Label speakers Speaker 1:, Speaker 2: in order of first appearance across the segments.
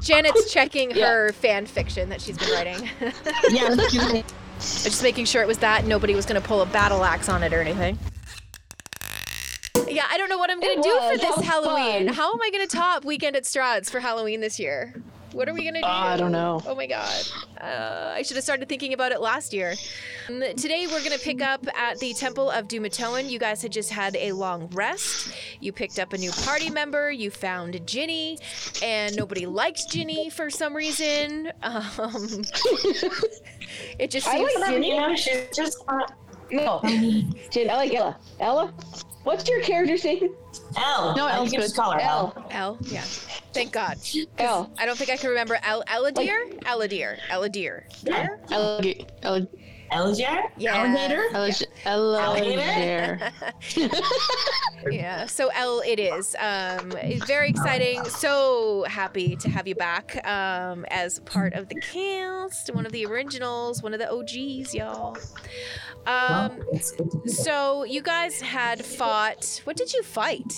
Speaker 1: Janet's checking
Speaker 2: Yeah.
Speaker 1: her fan fiction that she's been writing.
Speaker 2: Yeah, that's just-
Speaker 1: Just making sure it was that nobody was going to pull a battle axe on it or anything. Yeah, I don't know what I'm going to
Speaker 2: It
Speaker 1: do
Speaker 2: was.
Speaker 1: for
Speaker 2: That
Speaker 1: this
Speaker 2: was
Speaker 1: Halloween.
Speaker 2: fun.
Speaker 1: How am I going to top Weekend at Stroud's for Halloween this year? What are we going to do?
Speaker 2: I don't know.
Speaker 1: Oh my God. Uh, I should have started thinking about it last year. Um, Today, we're going to pick up at the Temple of Dumatoan. You guys had just had a long rest. You picked up a new party member. You found Ginny, and nobody liked Ginny for some reason. Um, it just
Speaker 2: I
Speaker 1: seems
Speaker 2: like Ginny.
Speaker 3: You know, she's just not
Speaker 2: No, Jin, I like Ella. Ella, what's your character's name?
Speaker 3: L.
Speaker 2: No,
Speaker 3: I
Speaker 2: Elle's
Speaker 3: think you
Speaker 2: good.
Speaker 3: just call her L.
Speaker 1: L,
Speaker 2: Elle.
Speaker 1: yeah. Thank God.
Speaker 2: Elle.
Speaker 1: I don't think I can remember El Eladir? Eladir. Eladir. Deer?
Speaker 4: Allig- allig-
Speaker 3: Elger?
Speaker 1: Yeah.
Speaker 3: Alligator?
Speaker 4: allig- alligator.
Speaker 1: Yeah. So L it is. Um very exciting. So happy to have you back um as part of the cast, one of the originals, one of the OGs, y'all. Um so you guys had fought what did you fight?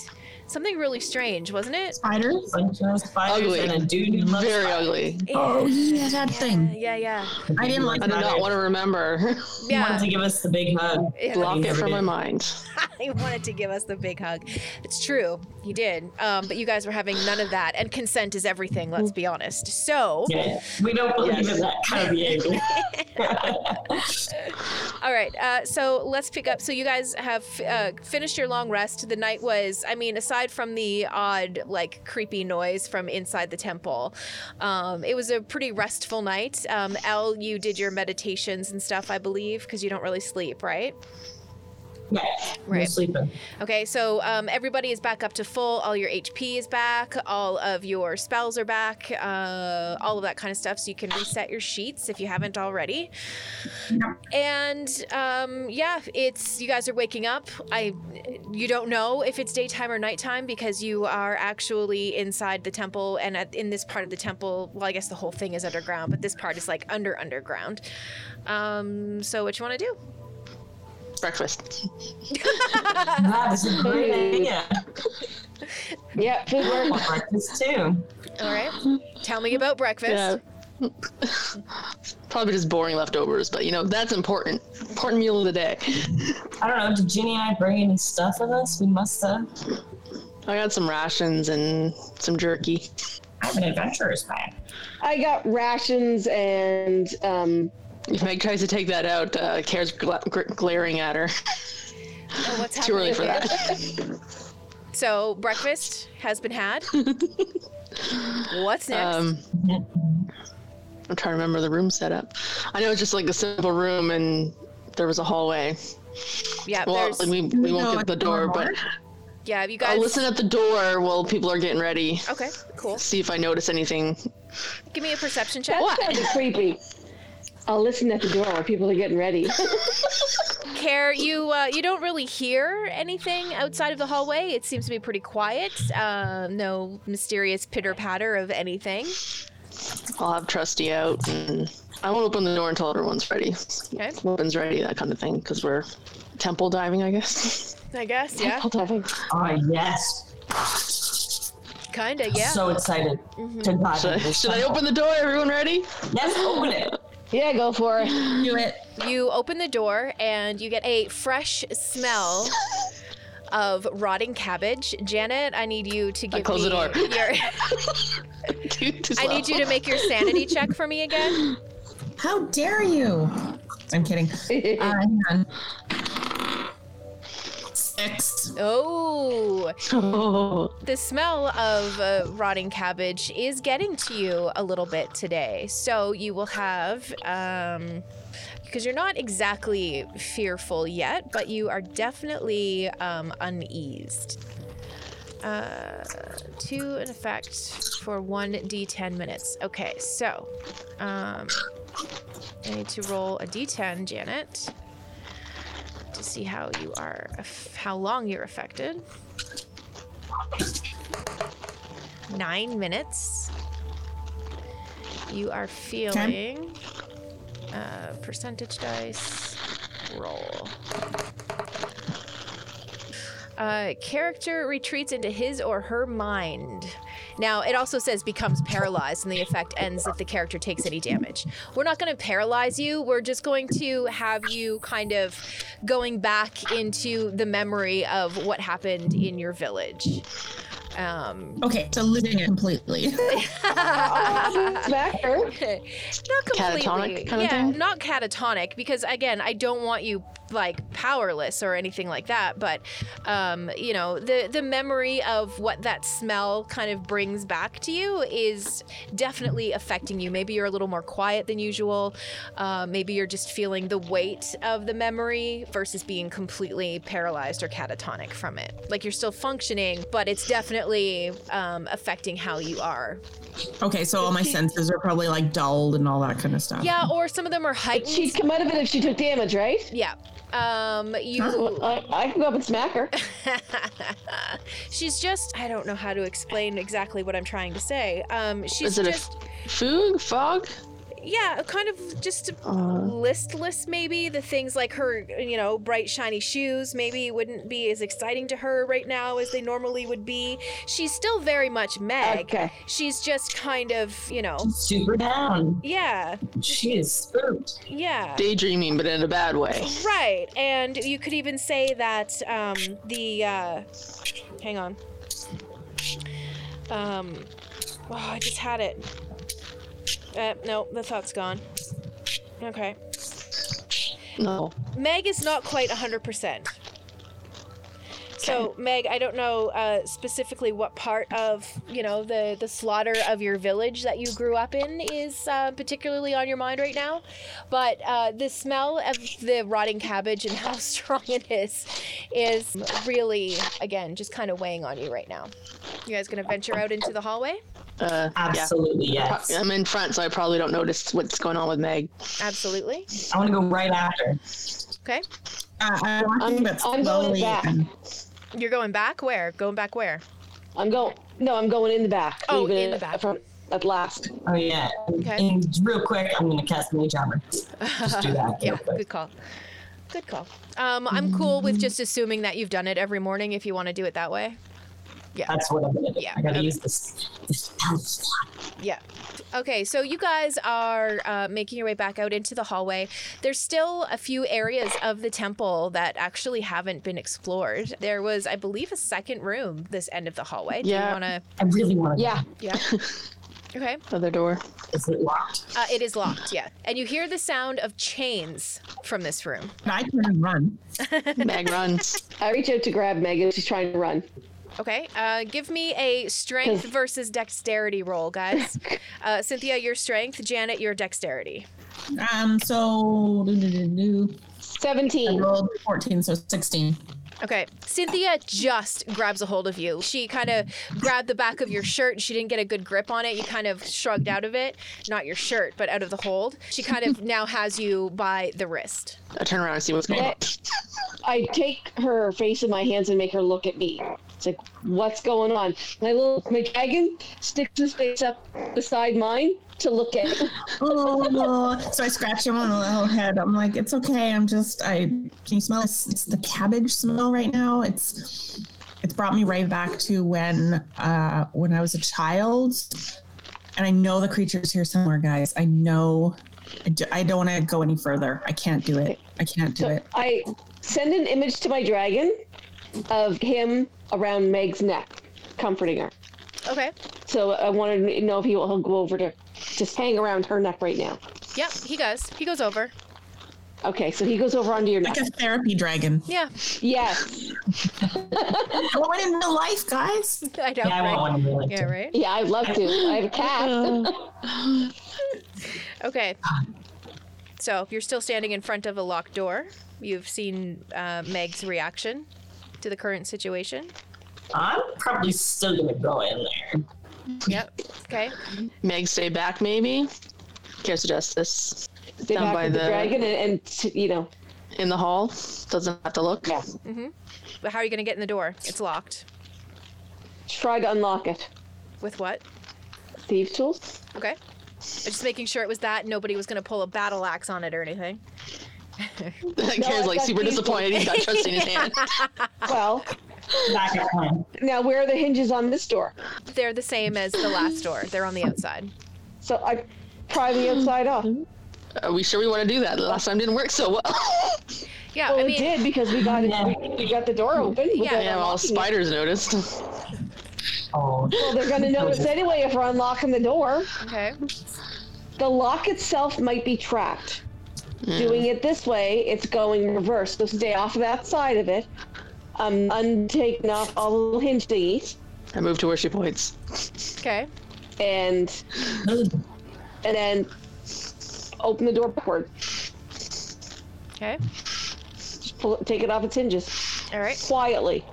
Speaker 1: Something really strange, wasn't it?
Speaker 5: Spiders?
Speaker 3: bunch of spiders
Speaker 4: Ugly.
Speaker 3: and a dude who looks
Speaker 4: Very
Speaker 3: like-
Speaker 4: ugly.
Speaker 5: Oh, yeah, that thing.
Speaker 1: Yeah, yeah.
Speaker 5: I didn't like
Speaker 4: I do not want to remember.
Speaker 3: He wanted
Speaker 1: Yeah.
Speaker 3: to give us the big hug.
Speaker 1: yeah.
Speaker 4: Block
Speaker 3: never
Speaker 4: it from
Speaker 3: did.
Speaker 4: my mind.
Speaker 1: he wanted to give us the big hug. It's true, he did. Um, but you guys were having none of that, and consent is everything. Let's be honest. So,
Speaker 3: Yeah. We don't believe in that kind of behavior.
Speaker 1: all right. Uh, so let's pick up. So you guys have uh, finished your long rest. The night was, I mean, aside from the odd, like, creepy noise from inside the temple, um, it was a pretty restful night. Um, Elle, you did your meditations and stuff, I believe, because you don't really sleep, right?
Speaker 3: yeah. We're sleeping.
Speaker 1: Okay, so um, everybody is back up to full. All your HP is back. All of your spells are back. Uh, all of that kind of stuff. So you can reset your sheets if you haven't already. And um, yeah, it's you guys are waking up. I, you don't know if it's daytime or nighttime because you are actually inside the temple and at, in this part of the temple. Well, I guess the whole thing is underground, but this part is like under underground. Um, so what you want to do?
Speaker 4: Breakfast.
Speaker 3: Wow, this is a great idea.
Speaker 2: Yeah, food
Speaker 3: I
Speaker 2: work.
Speaker 3: want breakfast too.
Speaker 1: All right, tell me about breakfast.
Speaker 4: Yeah. Probably just boring leftovers, but you know, that's important. Important meal of the day.
Speaker 3: I don't know. Did Ginny and I bring any stuff with us? We must have.
Speaker 4: I got some rations and some jerky.
Speaker 3: I have an adventurer's bag.
Speaker 2: I got rations and um.
Speaker 4: If Meg tries to take that out, uh, Kara's gla- gr- glaring at her.
Speaker 1: Oh, what's
Speaker 4: Too early
Speaker 1: happening
Speaker 4: for
Speaker 1: there?
Speaker 4: that.
Speaker 1: So breakfast has been had. What's next?
Speaker 4: Um,
Speaker 3: Mm-hmm.
Speaker 4: I'm trying to remember the room setup. I know it's just like a simple room and there was a hallway.
Speaker 1: yeah,
Speaker 4: Well,
Speaker 1: there's,
Speaker 4: we, we won't
Speaker 5: No,
Speaker 4: get the
Speaker 5: it's more
Speaker 4: door, but
Speaker 1: yeah, you guys.
Speaker 4: I'll listen at the door while people are getting ready.
Speaker 1: Okay, cool.
Speaker 4: See if I notice anything.
Speaker 1: Give me a perception check.
Speaker 2: That sounded creepy. I'll listen at the door while people are getting ready.
Speaker 1: Care you? Uh, you don't really hear anything outside of the hallway. It seems to be pretty quiet. Uh, no mysterious pitter patter of anything.
Speaker 4: I'll have Trusty out, and I won't open the door until everyone's ready.
Speaker 1: Okay.
Speaker 4: Weapons ready, that kind of thing, because we're temple diving, I guess.
Speaker 1: I guess. Yeah.
Speaker 2: Hold on, I think.
Speaker 3: Oh, yes.
Speaker 1: Kinda. Yeah.
Speaker 3: So excited to dive into
Speaker 4: Should I,
Speaker 3: this
Speaker 4: should I
Speaker 3: tunnel.
Speaker 4: open the door? Everyone ready?
Speaker 3: Yes, open it.
Speaker 2: Yeah, go for it.
Speaker 5: Do it.
Speaker 1: You open the door and you get a fresh smell of rotting cabbage. Janet, I need you to give
Speaker 4: close
Speaker 1: me
Speaker 4: the door.
Speaker 1: your.
Speaker 4: Too- too
Speaker 1: I
Speaker 4: slow.
Speaker 1: need you to make your sanity check for me again.
Speaker 5: How dare you? I'm kidding. Uh, hang on. Six.
Speaker 1: Oh,
Speaker 4: Oh,
Speaker 1: the smell of uh, rotting cabbage is getting to you a little bit today. So you will have, um, because you're not exactly fearful yet, but you are definitely um, uneased. Uh, to an effect for 1d10 minutes. Okay, so um, I need to roll a d10, Janet, to see how you are, aff- how long you're affected. nine minutes. You are feeling uh, percentage dice roll. Uh, character retreats into his or her mind. Now, it also says becomes paralyzed, and the effect ends if the character takes any damage. We're not going to paralyze you. We're just going to have you kind of going back into the memory of what happened in your village. Um,
Speaker 5: Okay, so losing it completely.
Speaker 2: It's back her.
Speaker 1: not completely.
Speaker 4: Catatonic kinda
Speaker 1: yeah,
Speaker 4: thing?
Speaker 1: not catatonic because again, I don't want you like powerless or anything like that. But um, you know, the the memory of what that smell kind of brings back to you is definitely affecting you. Maybe you're a little more quiet than usual. Uh, maybe you're just feeling the weight of the memory versus being completely paralyzed or catatonic from it. Like you're still functioning, but it's definitely um, affecting how you are
Speaker 5: Okay, so all my senses are probably like dulled and all that kind of stuff.
Speaker 1: Yeah, or some of them are
Speaker 2: But
Speaker 1: heightened.
Speaker 2: she'd come out of it if she took damage, right?
Speaker 1: yeah. Um, you.
Speaker 2: I, I can go up and smack her.
Speaker 1: she's just. I don't know how to explain exactly what I'm trying to say. Um, she's
Speaker 4: Is it a
Speaker 1: just.
Speaker 4: Food? Fog? Uh,
Speaker 1: yeah, kind of just listless. Maybe the things like her, you know, bright shiny shoes maybe wouldn't be as exciting to her right now as they normally would be. She's still very much Meg.
Speaker 2: Okay.
Speaker 1: She's just kind of, you know.
Speaker 3: Super down.
Speaker 1: Yeah,
Speaker 3: She is spooked.
Speaker 1: yeah.
Speaker 4: Daydreaming, but in a bad way.
Speaker 1: Right, and you could even say that um, the uh, hang on. Um, oh, I just had it. Uh, no, the thought's gone. Okay,
Speaker 4: No.
Speaker 1: Meg is not quite hundred percent. So Meg, I don't know uh, specifically what part of you know the the slaughter of your village that you grew up in is uh, particularly on your mind right now, but uh, the smell of the rotting cabbage and how strong it is is really again just kind of weighing on you right now. You guys gonna venture out into the hallway?
Speaker 4: Uh, yeah.
Speaker 3: Absolutely, yes.
Speaker 4: I'm in front, so I probably don't notice what's going on with Meg.
Speaker 1: Absolutely.
Speaker 3: I want to go right after.
Speaker 1: Okay,
Speaker 5: Uh, I'm walking, but
Speaker 2: I'm going
Speaker 5: slowly.
Speaker 2: back.
Speaker 5: and-
Speaker 1: you're going back where? Going back where?
Speaker 2: I'm going. No, I'm going in the back.
Speaker 1: Oh,
Speaker 2: Leaving
Speaker 1: in
Speaker 2: it
Speaker 1: the back.
Speaker 2: From, at last.
Speaker 3: Oh, yeah. And-
Speaker 1: Okay.
Speaker 3: And real quick, I'm going to cast Mage Armor. Just do that.
Speaker 1: yeah,
Speaker 3: real quick.
Speaker 1: good call. Good call. Um, I'm cool with just assuming that you've done it every morning if you want to do it that way.
Speaker 3: That's what I'm going to do.
Speaker 1: Yeah,
Speaker 3: I got to
Speaker 1: okay.
Speaker 3: use this. this health.
Speaker 1: Yeah. Okay, so you guys are uh, making your way back out into the hallway. There's still a few areas of the temple that actually haven't been explored. There was, I believe, a second room this end of the hallway. Do you
Speaker 4: Yeah.
Speaker 1: want to?
Speaker 3: I really want to.
Speaker 2: Yeah.
Speaker 1: Yeah. Okay.
Speaker 4: Other door.
Speaker 3: Is it locked?
Speaker 1: Uh, it is locked. Yeah. And you hear the sound of chains from this room.
Speaker 5: But I can run.
Speaker 4: Meg runs.
Speaker 2: I reach out to grab Meg as she's trying to run.
Speaker 1: Okay. Uh, give me a strength versus dexterity roll, guys. Uh, Cynthia, your strength. Janet, your dexterity.
Speaker 5: Um, so do, do, do, do. I
Speaker 2: 17.
Speaker 5: rolled 14, so 16.
Speaker 1: Okay. Cynthia just grabs a hold of you. She kind of grabbed the back of your shirt and she didn't get a good grip on it. You kind of shrugged out of it. Not your shirt, but out of the hold. She kind of now has you by the wrist.
Speaker 4: I turn around and see what's going on.
Speaker 2: I take her face in my hands and make her look at me. It's like, what's going on? My little McGagan sticks his face up beside mine to look at.
Speaker 5: Oh, so I scratch him on the little head. I'm like, it's okay. I'm just, I can you smell this? It's the cabbage smell right now. It's, it's brought me right back to when, uh, when I was a child. And I know the creature's here somewhere, guys. I know. I, do, I don't want to go any further. I can't do it. I can't do
Speaker 2: So
Speaker 5: it.
Speaker 2: I send an image to my dragon of him around Meg's neck, comforting her.
Speaker 1: Okay.
Speaker 2: So I wanted to know if he will he'll go over to just hang around her neck right now.
Speaker 1: Yep, he goes. He goes over.
Speaker 2: Okay, so he goes over onto your neck.
Speaker 5: Like a therapy dragon.
Speaker 1: Yeah.
Speaker 2: Yes.
Speaker 5: I want it in real life, guys.
Speaker 1: I know,
Speaker 3: Yeah, I want
Speaker 1: right?
Speaker 3: one to be like
Speaker 1: Yeah,
Speaker 3: that.
Speaker 1: right?
Speaker 2: Yeah, I'd love to. I have a cat.
Speaker 1: Okay. So you're still standing in front of a locked door. You've seen uh, Meg's reaction to the current situation.
Speaker 3: I'm probably still going to go in there.
Speaker 1: Yep. Okay.
Speaker 4: Meg, stay back, maybe? Care suggest this.
Speaker 2: Stay
Speaker 4: Down
Speaker 2: back
Speaker 4: by
Speaker 2: with the
Speaker 4: the-
Speaker 2: dragon and, and you know,
Speaker 4: In the hall. Doesn't have to look.
Speaker 2: yeah.
Speaker 1: Mm-hmm. But how are you going to get in the door? It's locked.
Speaker 2: Try to unlock it.
Speaker 1: With what?
Speaker 2: Thieves tools.
Speaker 1: Okay. Just making sure it was that. Nobody was going to pull a battle axe on it or anything.
Speaker 4: Care's
Speaker 2: I've
Speaker 4: like
Speaker 2: got
Speaker 4: super
Speaker 2: these
Speaker 4: disappointed. He's not trusting his hand.
Speaker 2: Well,
Speaker 3: Back at home.
Speaker 2: Now, where are the hinges on this door?
Speaker 1: They're the same as the last door. They're on the outside.
Speaker 2: So I pry the outside off.
Speaker 4: Are we sure we want to do that? The last time didn't work so well.
Speaker 1: Yeah,
Speaker 2: Well,
Speaker 1: I
Speaker 2: it
Speaker 1: mean,
Speaker 2: did because we got it.
Speaker 3: Yeah.
Speaker 2: we- We got the door open.
Speaker 1: Yeah.
Speaker 4: yeah, well, spiders noticed.
Speaker 3: Oh.
Speaker 2: Well, they're gonna notice anyway if we're unlocking the door.
Speaker 1: okay.
Speaker 2: The lock itself might be trapped. Doing it this way, it's going reverse. So stay off of that side of it. I'm untaking off all the little hinge thingies
Speaker 4: I moved to where she points.
Speaker 1: Okay.
Speaker 2: and
Speaker 4: Oh,
Speaker 2: and then open the door backward.
Speaker 1: Okay.
Speaker 2: Just pull it, take it off its hinges
Speaker 1: All right.
Speaker 2: quietly.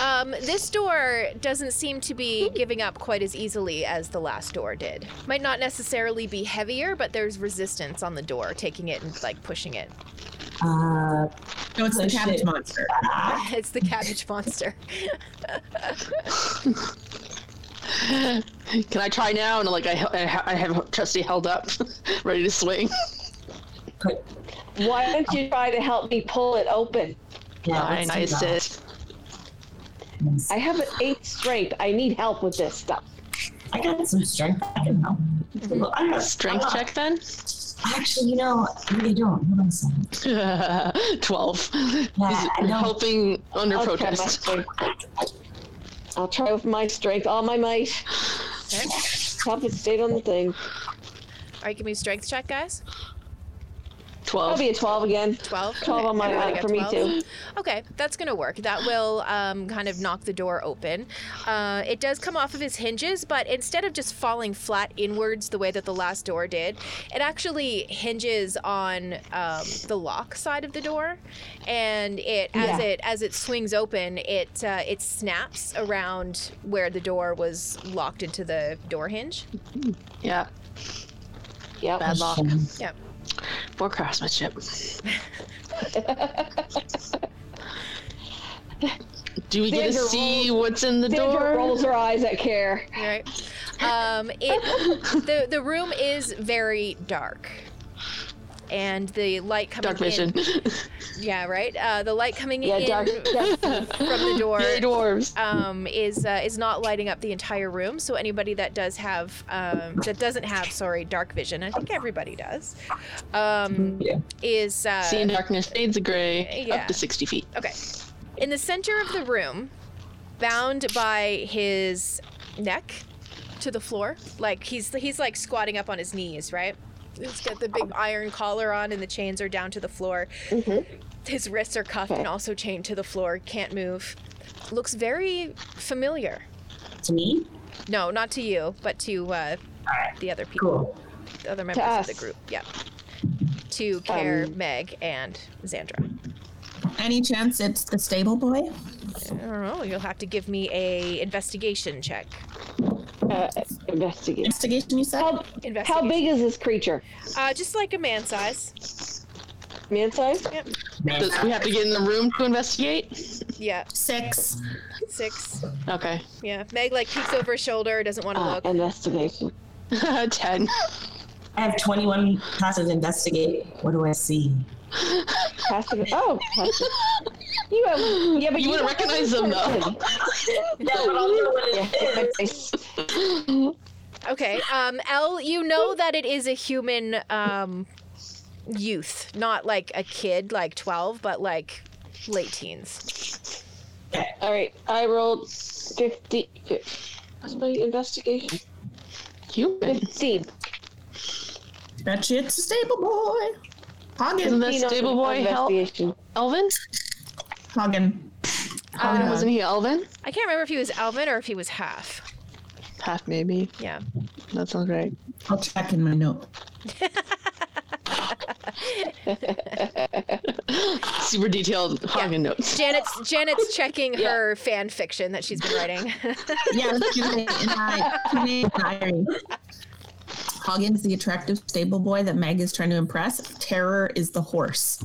Speaker 1: Um, this door doesn't seem to be giving up quite as easily as the last door did. Might not necessarily be heavier, but there's resistance on the door, taking it and like pushing it.
Speaker 3: Uh,
Speaker 5: No, it's
Speaker 3: Oh,
Speaker 5: the cabbage
Speaker 3: shit.
Speaker 5: monster.
Speaker 3: Ah,
Speaker 1: It's the cabbage monster.
Speaker 4: Can I try now? And like I, I, I have Trusty held up, ready to swing.
Speaker 3: quick.
Speaker 2: Why don't you try to help me pull it open?
Speaker 3: Yeah,
Speaker 4: Nine, I
Speaker 3: let's do that.
Speaker 4: assist.
Speaker 2: I have an eight strength. I need help with this stuff.
Speaker 3: I got some strength. I can help. I got
Speaker 4: Mm-hmm. Strength check then.
Speaker 3: Actually, you know, I really don't. Hold on a second.
Speaker 4: Twelve.
Speaker 3: Yeah, I
Speaker 4: He's
Speaker 3: know.
Speaker 4: helping under
Speaker 2: I'll try my
Speaker 4: protest.
Speaker 2: strength. I'll try with my strength, all my might.
Speaker 1: Okay.
Speaker 2: Help it stay on the thing.
Speaker 1: All right, give me a strength check, guys.
Speaker 4: Twelve.
Speaker 2: That'll be a 12 again.
Speaker 1: 12.
Speaker 2: 12 on my
Speaker 1: everybody
Speaker 2: end
Speaker 1: got
Speaker 2: for me too.
Speaker 1: Okay, that's going to work. That will um, kind of knock the door open. Uh, it does come off of its hinges, but instead of just falling flat inwards the way that the last door did, it actually hinges on um, the lock side of the door. And it as
Speaker 2: Yeah.
Speaker 1: it as it swings open, it uh, it snaps around where the door was locked into the door hinge.
Speaker 4: Yeah.
Speaker 2: Yep.
Speaker 4: Bad luck.
Speaker 1: Yep.
Speaker 4: Poor craftsmanship. Do we get to
Speaker 2: Sandra
Speaker 4: see what's in the
Speaker 2: Sandra
Speaker 4: door?
Speaker 2: rolls her eyes at care.
Speaker 1: All right. Um, it the the room is very dark, and the light coming
Speaker 4: Dark vision.
Speaker 1: in. Yeah, right. Uh, the light coming
Speaker 2: Yeah,
Speaker 1: in
Speaker 2: dark. dark-
Speaker 1: from the door
Speaker 4: Yay, dwarves.
Speaker 1: um, is uh, is not lighting up the entire room. So anybody that does have um, that doesn't have sorry dark vision, I think everybody does, um,
Speaker 3: Yeah.
Speaker 1: is uh,
Speaker 4: Seeing darkness, shades of gray,
Speaker 1: Yeah.
Speaker 4: up to 60 feet.
Speaker 1: Okay. In the center of the room, bound by his neck to the floor, like he's he's like squatting up on his knees, right? He's got the big iron collar on, and the chains are down to the floor. His wrists are cuffed and
Speaker 2: Mm-hmm. Okay.
Speaker 1: also chained to the floor. Can't move. Looks very familiar.
Speaker 3: To me?
Speaker 1: No, not to you, but to uh, the other people,
Speaker 3: Cool.
Speaker 1: the other members of the
Speaker 2: us.
Speaker 1: group. Yeah. To Care,
Speaker 2: Um,
Speaker 1: Meg, and Xandra.
Speaker 5: Any chance it's the stable boy?
Speaker 1: I don't know. Oh, You'll have to give me a investigation check.
Speaker 2: Uh, investigate.
Speaker 5: Investigation, you said?
Speaker 2: How, how
Speaker 1: Investigation.
Speaker 2: big is this creature?
Speaker 1: Uh, just like a man size.
Speaker 2: Man size?
Speaker 4: Does- we have to get in the room to investigate?
Speaker 1: Yeah,
Speaker 5: Six.
Speaker 1: six.
Speaker 4: Okay.
Speaker 1: Yeah, Meg like peeks over his shoulder, doesn't want to
Speaker 2: Uh,
Speaker 1: look.
Speaker 2: investigation.
Speaker 4: 10.
Speaker 3: I have 21 passive investigate. What do I see?
Speaker 2: Passive. Oh, passive. You have. Yeah, but
Speaker 4: You wouldn't
Speaker 2: don't know
Speaker 4: recognize
Speaker 2: this
Speaker 4: them, though.
Speaker 2: person.
Speaker 3: No, but I'll know what
Speaker 2: Yeah, nice.
Speaker 1: Okay, um, L, you know that it is a human um, youth, not like a kid, like twelve, but like late teens.
Speaker 2: All right, I rolled 50. What's my investigation?
Speaker 4: Human.
Speaker 2: 15.
Speaker 5: Bet you it's the stable boy.
Speaker 4: Isn't
Speaker 5: Hoggin.
Speaker 4: that
Speaker 2: 15 on
Speaker 4: stable boy Hel-
Speaker 2: Investigation.
Speaker 4: Elvin?
Speaker 5: Hoggin.
Speaker 1: Uh,
Speaker 4: Wasn't he Elvin?
Speaker 1: I can't remember if he was Alvin or if he was half.
Speaker 4: Half maybe.
Speaker 1: Yeah.
Speaker 4: That sounds right.
Speaker 5: I'll check in my note.
Speaker 4: Super detailed Hagen notes.
Speaker 1: Janet's Janet's checking her fan fiction that she's been writing.
Speaker 5: Yeah, let's do it in my Canadian diary. Hoggin's the attractive stable boy that Meg is trying to impress. Terror is the horse.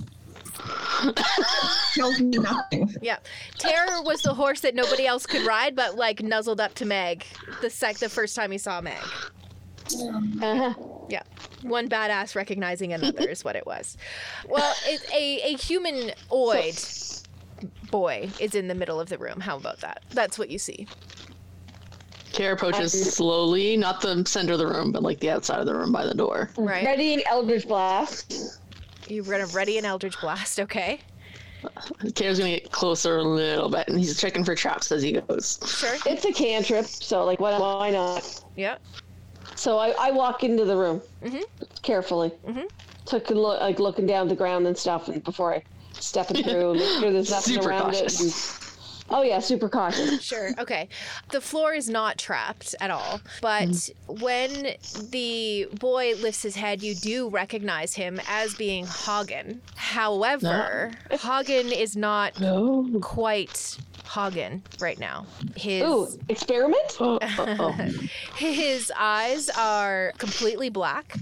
Speaker 5: Tells me nothing.
Speaker 1: yeah. Terror was the horse that nobody else could ride, but like nuzzled up to Meg the sec the first time he saw Meg.
Speaker 2: Uh-huh.
Speaker 1: Yeah. One badass recognizing another is what it was. Well, it's a, a humanoid boy is in the middle of the room. How about that? That's what you see.
Speaker 4: Kara approaches slowly, not the center of the room, but like the outside of the room by the door.
Speaker 1: Right.
Speaker 2: Ready, Eldritch Blast.
Speaker 1: You're gonna ready an Eldritch Blast, okay?
Speaker 4: Kara's gonna get closer a little bit, and he's checking for traps as he goes.
Speaker 1: Sure.
Speaker 2: It's a cantrip, so like, why, why not?
Speaker 1: Yep.
Speaker 2: So I, I walk into the room
Speaker 4: Mm-hmm.
Speaker 2: carefully. Took a look, like looking down at the ground and stuff and before I step it through. look through there's nothing
Speaker 4: Super
Speaker 2: around
Speaker 4: cautious.
Speaker 2: it. and- oh yeah, super cautious.
Speaker 1: Sure. Okay. The floor is not trapped at all. But when the boy lifts his head, you do recognize him as being Hagen. However, Hagen is not
Speaker 4: No.
Speaker 1: quite Hagen right now. His
Speaker 2: Ooh, experiment.
Speaker 4: Oh, oh,
Speaker 1: his eyes are completely black.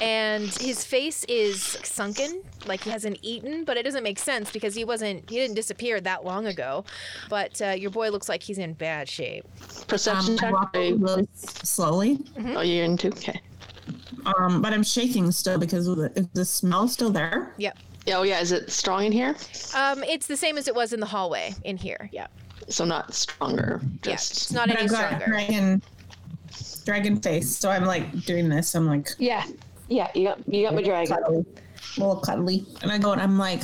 Speaker 1: And his face is sunken, like he hasn't eaten, but it doesn't make sense because he wasn't, he didn't disappear that long ago. But uh, your boy looks like he's in bad shape.
Speaker 4: oh.
Speaker 5: Um,
Speaker 4: Perception
Speaker 5: I
Speaker 4: check.
Speaker 5: walk
Speaker 4: babe.
Speaker 5: really slowly,
Speaker 4: Oh, you're into okay.
Speaker 5: um, but I'm shaking still because of the, is the smell still there?
Speaker 1: Yep.
Speaker 4: Yeah, oh yeah, is it strong in here?
Speaker 1: Um, it's the same as it was in the hallway in here. Yeah.
Speaker 4: So not stronger,
Speaker 1: Yeah.
Speaker 4: just
Speaker 1: It's not
Speaker 5: But
Speaker 1: any
Speaker 5: I've got
Speaker 1: stronger.
Speaker 5: dragon, dragon face, so I'm like doing this. I'm like
Speaker 2: Yeah, yeah. You got you got my dragon.
Speaker 5: cuddly, little cuddly, and I go and I'm like,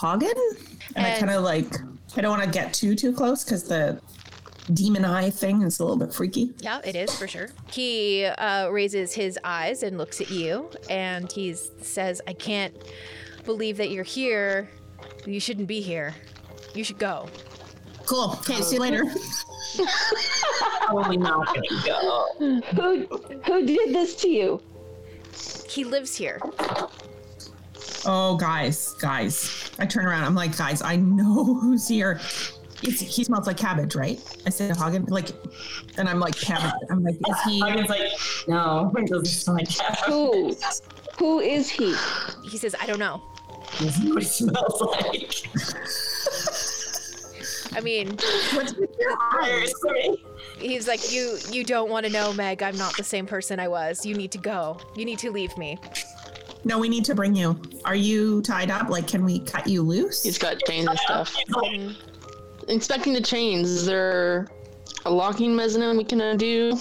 Speaker 5: Hagen, and I
Speaker 1: And-
Speaker 5: kind of like I don't want to get too too close because the demon eye thing is a little bit freaky.
Speaker 1: Yeah, it is for sure. He uh, raises his eyes and looks at you, and he says, "I can't believe that you're here. You shouldn't be here. You should go."
Speaker 5: Cool. Okay, see you later.
Speaker 3: Probably not gonna go.
Speaker 2: Who who did this to you?
Speaker 1: He lives here.
Speaker 5: Oh, guys, guys. I turn around. I'm like, guys, I know who's here. It's, he smells like cabbage, right? I said Hagen, like, and I'm like, cabbage. I'm like, is he?
Speaker 3: Hagen's like, no, it doesn't smell like cabbage.
Speaker 2: Who who is he?
Speaker 1: He says, "I don't know.
Speaker 3: This is what it smells like.
Speaker 1: I mean,
Speaker 5: What's with your
Speaker 3: Fire
Speaker 5: eyes?
Speaker 3: is coming.
Speaker 1: he's like, you you don't want to know, Meg. I'm not the same person I was. You need to go. You need to leave me."
Speaker 5: No, we need to bring you. Are you tied up? Like, can we cut you loose?
Speaker 4: he's got chains and stuff.
Speaker 3: He's like,
Speaker 1: Mm-hmm.
Speaker 4: Inspecting the chains, is there a locking mechanism we can undo?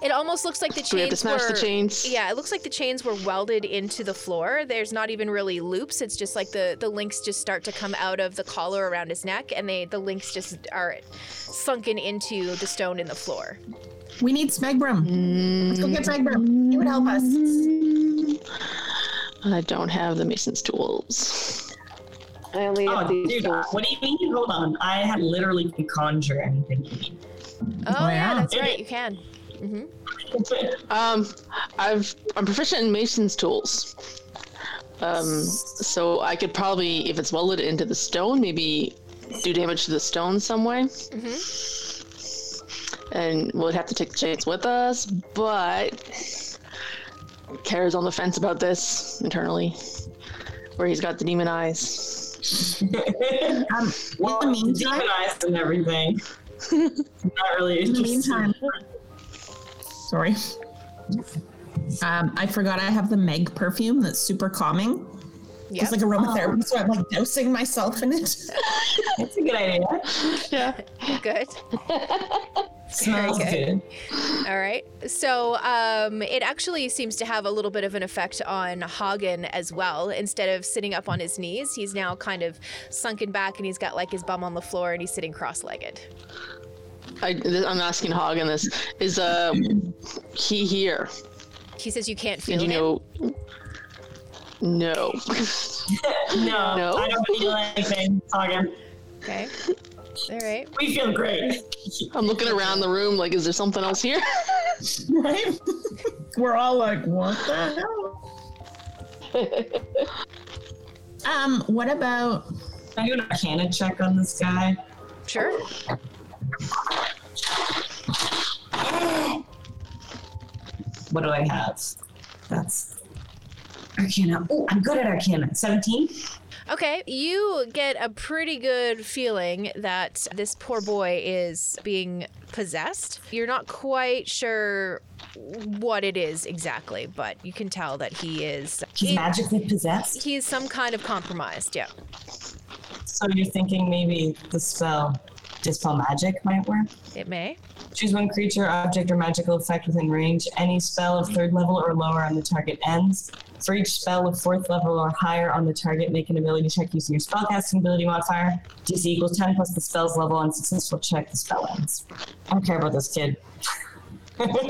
Speaker 1: It almost looks like the chains
Speaker 4: Do we have to smash
Speaker 1: were
Speaker 4: the chains?
Speaker 1: Yeah, it looks like the chains were welded into the floor. There's not even really loops. It's just like the the links just start to come out of the collar around his neck, and they the links just are sunken into the stone in the floor.
Speaker 5: We need Smegbrum.
Speaker 4: Mm-hmm.
Speaker 5: Let's go get Smegbrum. He would help us.
Speaker 4: Mm. I don't have the mason's tools.
Speaker 2: I only have
Speaker 3: oh,
Speaker 2: these
Speaker 3: dude,
Speaker 2: tools.
Speaker 3: what do you mean? Hold on. I had literally can conjure anything.
Speaker 1: Oh, yeah,
Speaker 5: yeah.
Speaker 1: that's right. You can. hmm
Speaker 4: Um, I've I'm proficient in mason's tools. Um, so I could probably, if it's welded into the stone, maybe do damage to the stone some way.
Speaker 1: hmm
Speaker 4: and we'll have to take the chance with us. But Kara's on the fence about this internally, where he's got the demon eyes.
Speaker 5: Um,
Speaker 3: well,
Speaker 5: in the meantime,
Speaker 3: demonized and everything. Not really
Speaker 5: in the
Speaker 3: interested.
Speaker 5: meantime, sorry. Um, I forgot I have the Meg perfume that's super calming.
Speaker 1: Yeah.
Speaker 5: It's like aromatherapy, so I'm like dousing myself in it.
Speaker 3: That's a good idea.
Speaker 4: Yeah.
Speaker 1: Good.
Speaker 3: Smells
Speaker 1: Okay.
Speaker 3: good.
Speaker 1: All right. So um, it actually seems to have a little bit of an effect on Hagen as well. Instead of sitting up on his knees, he's now kind of sunken back and he's got like his bum on the floor and he's sitting cross legged.
Speaker 4: I, th- I'm asking Hagen this. Is uh, he here?
Speaker 1: He says you can't feel
Speaker 4: Did you
Speaker 1: him.
Speaker 4: know? No.
Speaker 3: No,
Speaker 4: No?
Speaker 3: I don't feel anything, Hagen.
Speaker 1: Okay. All right.
Speaker 3: We feel great.
Speaker 4: I'm looking around the room like, is there something else here?
Speaker 5: right? We're all like, what the hell? um, what about
Speaker 3: Can I do an arcana check on this guy?
Speaker 1: Sure.
Speaker 3: What do I have? That's arcana. Oh, I'm good at arcana. 17?
Speaker 1: Okay. You get a pretty good feeling that this poor boy is being possessed. You're not quite sure what it is exactly, but you can tell that he is
Speaker 3: He's magically possessed.
Speaker 1: He is some kind of compromised, yeah.
Speaker 6: So you're thinking maybe the spell Dispel Magic might work?
Speaker 1: It may.
Speaker 6: Choose one creature, object, or magical effect within range. Any spell of third level or lower on the target ends. For each spell of fourth level or higher on the target, make an ability check using your spellcasting ability modifier. DC equals 10 plus the spell's level on successful check, the spell ends. I don't care about this kid. Uh, but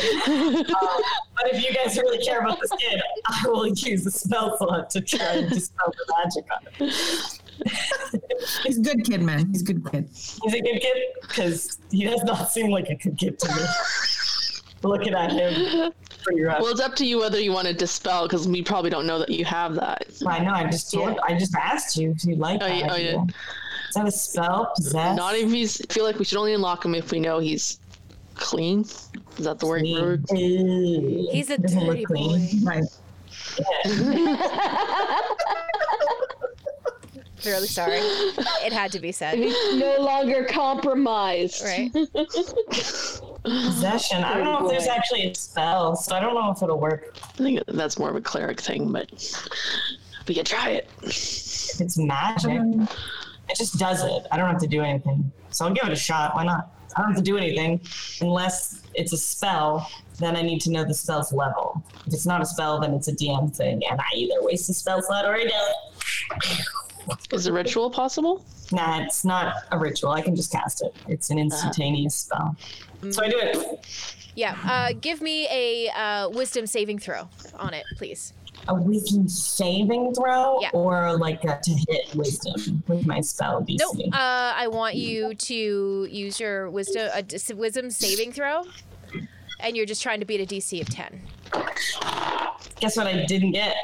Speaker 6: if you guys really care about this kid, I will use the spell slot to try and dispel the magic on him.
Speaker 5: He's a good kid, man. He's a good kid.
Speaker 6: He's a good kid because he does not seem like a good kid to me. Looking at him, pretty rough.
Speaker 4: Well, it's up to you whether you want to dispel because we probably don't know that you have that.
Speaker 6: I know. I just told. I just asked you if you like
Speaker 4: Oh,
Speaker 6: that.
Speaker 4: yeah, oh,
Speaker 6: idea.
Speaker 4: yeah.
Speaker 6: Is that a spell? Possess?
Speaker 4: Not if he's. I feel like we should only unlock him if we know he's clean. Is that the word? word?
Speaker 6: Ooh.
Speaker 1: He's a
Speaker 6: Doesn't look
Speaker 1: dirty boy.
Speaker 6: clean.
Speaker 5: Right.
Speaker 1: Really sorry. It had to be said.
Speaker 2: He's no longer compromised.
Speaker 1: Right.
Speaker 6: Possession. I don't know if there's
Speaker 2: Pretty boy.
Speaker 6: actually a spell, so I don't know if it'll work.
Speaker 4: I think that's more of a cleric thing, but we could try it.
Speaker 6: If it's magic, it just does it. I don't have to do anything, so I'll give it a shot. Why not? I don't have to do anything unless it's a spell. Then I need to know the spell's level. If it's not a spell, then it's a DM thing, and I either waste a spell slot or I don't.
Speaker 4: Is a ritual possible?
Speaker 6: Nah, it's not a ritual. I can just cast it. It's an instantaneous spell. So I do it.
Speaker 1: Yeah. Uh, give me a uh, wisdom saving throw on it, please.
Speaker 6: A wisdom saving throw
Speaker 1: Yeah.
Speaker 6: or like a, to hit wisdom with my spell DC.
Speaker 1: Nope. Uh, I want you to use your wisdom a dis- wisdom saving throw, and you're just trying to beat a DC of ten.
Speaker 6: Guess what I didn't get?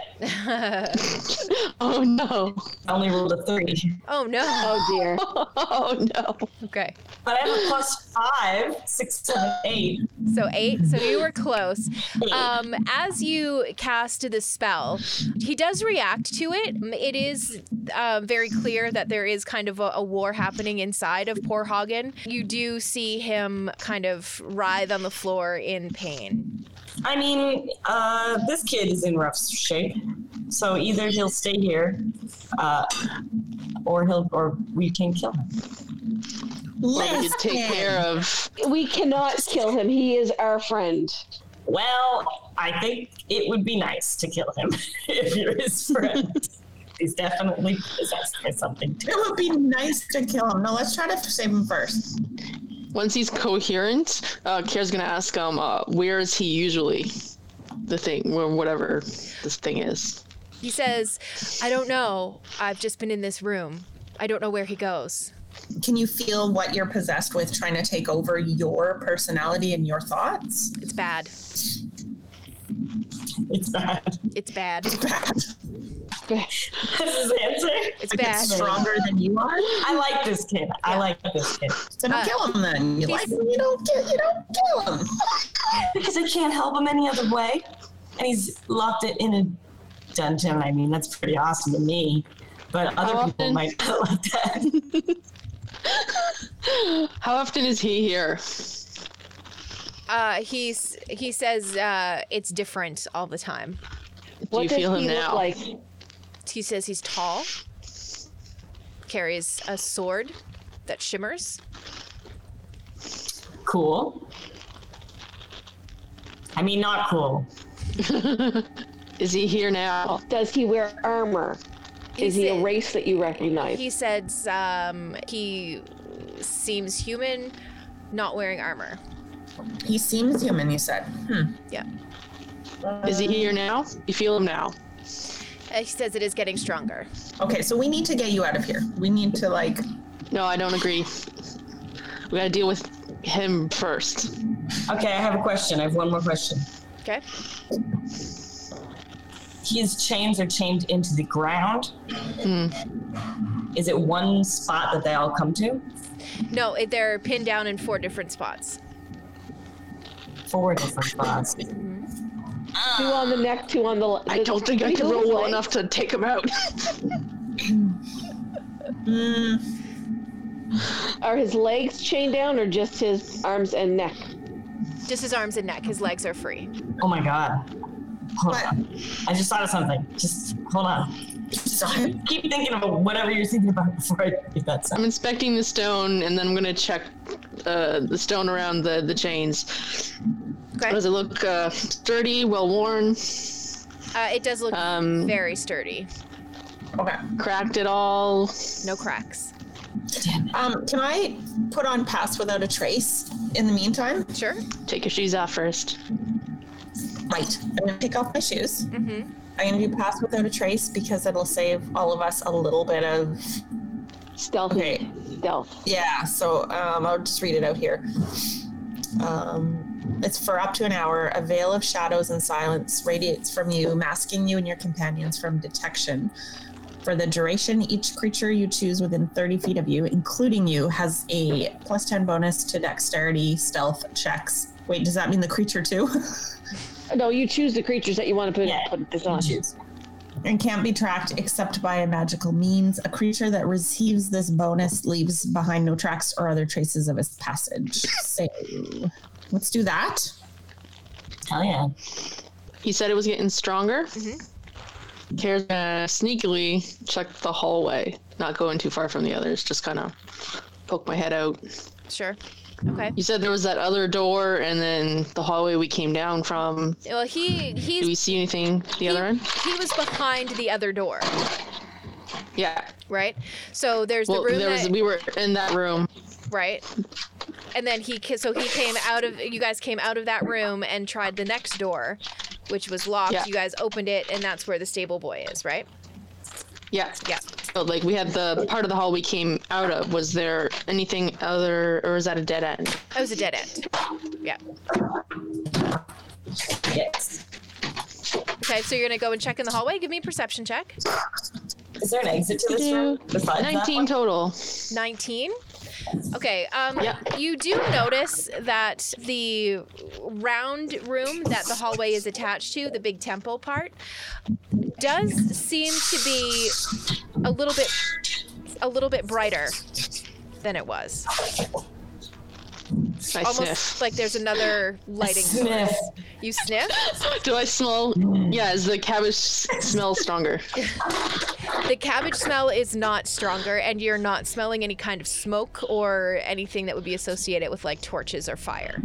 Speaker 4: Oh no!
Speaker 6: I only rolled a three.
Speaker 1: oh no.
Speaker 2: Oh dear.
Speaker 4: Oh no!
Speaker 1: Okay.
Speaker 6: But I have a plus five, six, seven, eight.
Speaker 1: So eight. So you were close. Um, as you cast the spell, he does react to it. M- It is uh, very clear that there is kind of a, a war happening inside of poor Hagen. You do see him kind of writhe on the floor in pain.
Speaker 6: I mean, uh, this kid is in rough shape. So either he'll stay here, uh, or he'll, or we can kill him.
Speaker 4: Well, we could take
Speaker 5: Listen.
Speaker 4: care of.
Speaker 2: We cannot kill him. He is our friend.
Speaker 6: Well, I think it would be nice to kill him if you're his friend. He's definitely possessed by something too.
Speaker 5: It would be nice to kill him. No, let's try to save him first.
Speaker 4: Once he's coherent, uh, Kara's gonna ask him, uh, "Where is he usually?" The thing, or whatever this thing is.
Speaker 1: He says, "I don't know. I've just been in this room. I don't know where he goes."
Speaker 5: Can you feel what you're possessed with trying to take over your personality and your thoughts?
Speaker 1: It's bad.
Speaker 6: It's bad.
Speaker 1: It's bad.
Speaker 6: That's his answer.
Speaker 1: It's bad.
Speaker 5: Stronger than you are?
Speaker 6: I like this kid. I like this kid.
Speaker 5: So don't
Speaker 1: Uh,
Speaker 5: kill him then. You
Speaker 1: he's-
Speaker 5: like him, you don't kill you don't kill him.
Speaker 6: Because I can't help him any other way. And he's locked it in a dungeon. I mean, that's pretty awesome to me. But other
Speaker 4: How
Speaker 6: people
Speaker 4: often?
Speaker 6: might not like that.
Speaker 4: How often is he here?
Speaker 1: Uh, he's he says uh, it's different all the time.
Speaker 4: Do you
Speaker 2: does
Speaker 4: feel him
Speaker 2: he
Speaker 4: now?
Speaker 2: Look like?
Speaker 1: He says he's tall, carries a sword that shimmers.
Speaker 6: Cool. I mean, not cool.
Speaker 4: Is he here now?
Speaker 2: Does he wear armor? Is he a
Speaker 1: said-
Speaker 2: race that you recognize?
Speaker 1: He says um, he seems human, not wearing armor.
Speaker 5: He seems human, you said. Hmm.
Speaker 1: Yeah.
Speaker 4: Is he here now? You feel him now?
Speaker 1: Uh, he says it is getting stronger.
Speaker 5: Okay, so we need to get you out of here. We need to like
Speaker 4: No, I don't agree. We gotta deal with him first.
Speaker 6: Okay, I have a question. I have one more question.
Speaker 1: Okay.
Speaker 6: his chains are chained into the ground.
Speaker 4: Hmm.
Speaker 6: Is it one spot that they all come to?
Speaker 1: No, it, they're pinned down in four different spots.
Speaker 6: Four different spots.
Speaker 2: two on the neck, two on the. le-
Speaker 4: I don't think I
Speaker 2: He
Speaker 4: can
Speaker 2: looks
Speaker 4: roll well
Speaker 2: like-
Speaker 4: enough to take him out.
Speaker 5: mm,
Speaker 2: Are his legs chained down or just his arms and neck?
Speaker 1: Just his arms and neck. His legs are free.
Speaker 6: Oh my god. Hold
Speaker 5: But-
Speaker 6: on. I just thought of something. Just hold on.
Speaker 5: Sorry.
Speaker 6: Keep thinking about whatever you're thinking about before I make that
Speaker 4: I'm
Speaker 6: sound.
Speaker 4: inspecting the stone, and then I'm gonna check uh, the stone around the the chains.
Speaker 1: Okay.
Speaker 4: Does it look uh, sturdy, well worn,
Speaker 1: Uh, it does look
Speaker 4: um,
Speaker 1: very sturdy.
Speaker 5: Okay.
Speaker 4: cracked at all?
Speaker 1: No cracks.
Speaker 5: Um, can I put on Pass Without a Trace in the meantime?
Speaker 1: Sure.
Speaker 4: Take your shoes off first.
Speaker 5: Right. I'm going to take off my shoes.
Speaker 1: Mm-hmm.
Speaker 5: I'm going to do Pass Without a Trace because it'll save all of us a little bit of
Speaker 2: Stealthy.
Speaker 5: Okay.
Speaker 2: Stealth.
Speaker 5: Yeah, so um, I'll just read it out here. Um, it's for up to an hour. A veil of shadows and silence radiates from you, masking you and your companions from detection. For the duration, each creature you choose within 30 feet of you, including you, has a plus 10 bonus to dexterity, stealth checks. Wait, does that mean the creature too?
Speaker 2: No, you choose the creatures that you want to put,
Speaker 6: Yeah.
Speaker 2: put this on.
Speaker 6: Choose.
Speaker 5: and can't be tracked except by a magical means. A creature that receives this bonus leaves behind no tracks or other traces of its passage. So let's do that.
Speaker 6: Hell yeah.
Speaker 4: You said it was getting stronger.
Speaker 1: Mhm.
Speaker 4: Kara's gonna sneakily check the hallway, not going too far from the others, just kind of poke my head out.
Speaker 1: Sure. Okay.
Speaker 4: You said there was that other door, and then the hallway we came down from.
Speaker 1: Well, he
Speaker 4: Do we
Speaker 1: he's
Speaker 4: see anything to the
Speaker 1: he,
Speaker 4: other end?
Speaker 1: he was behind the other door,
Speaker 4: Yeah.
Speaker 1: right? So there's
Speaker 4: Well,
Speaker 1: the room
Speaker 4: there was
Speaker 1: that-
Speaker 4: we were in that room.
Speaker 1: right? And then he ca- so he came out of you guys came out of that room and tried the next door, which was locked.
Speaker 4: Yeah.
Speaker 1: You guys opened it, and that's where the stable boy is, right?
Speaker 4: Yeah.
Speaker 1: Yeah.
Speaker 4: So like we had the part of the hall we came out of. Was there anything other, or was that a dead end?
Speaker 1: That was a dead end. Yeah.
Speaker 6: Yes.
Speaker 1: Okay, so you're gonna go and check in the hallway. Give me a perception check.
Speaker 6: Is there an exit to this room? Besides
Speaker 4: Nineteen
Speaker 6: That
Speaker 4: total.
Speaker 1: 19 okay um
Speaker 4: Yeah.
Speaker 1: you do notice that the round room that the hallway is attached to the big temple part does seem to be a little bit a little bit brighter than it was
Speaker 4: I
Speaker 1: almost like there's another
Speaker 6: one?
Speaker 1: lighting
Speaker 6: Sniff.
Speaker 1: you sniff
Speaker 4: sniff. Do I smell? Yeah. Is the cabbage s- smell stronger?
Speaker 1: the cabbage smell is not stronger and you're not smelling any kind of smoke or anything that would be associated with like torches or fire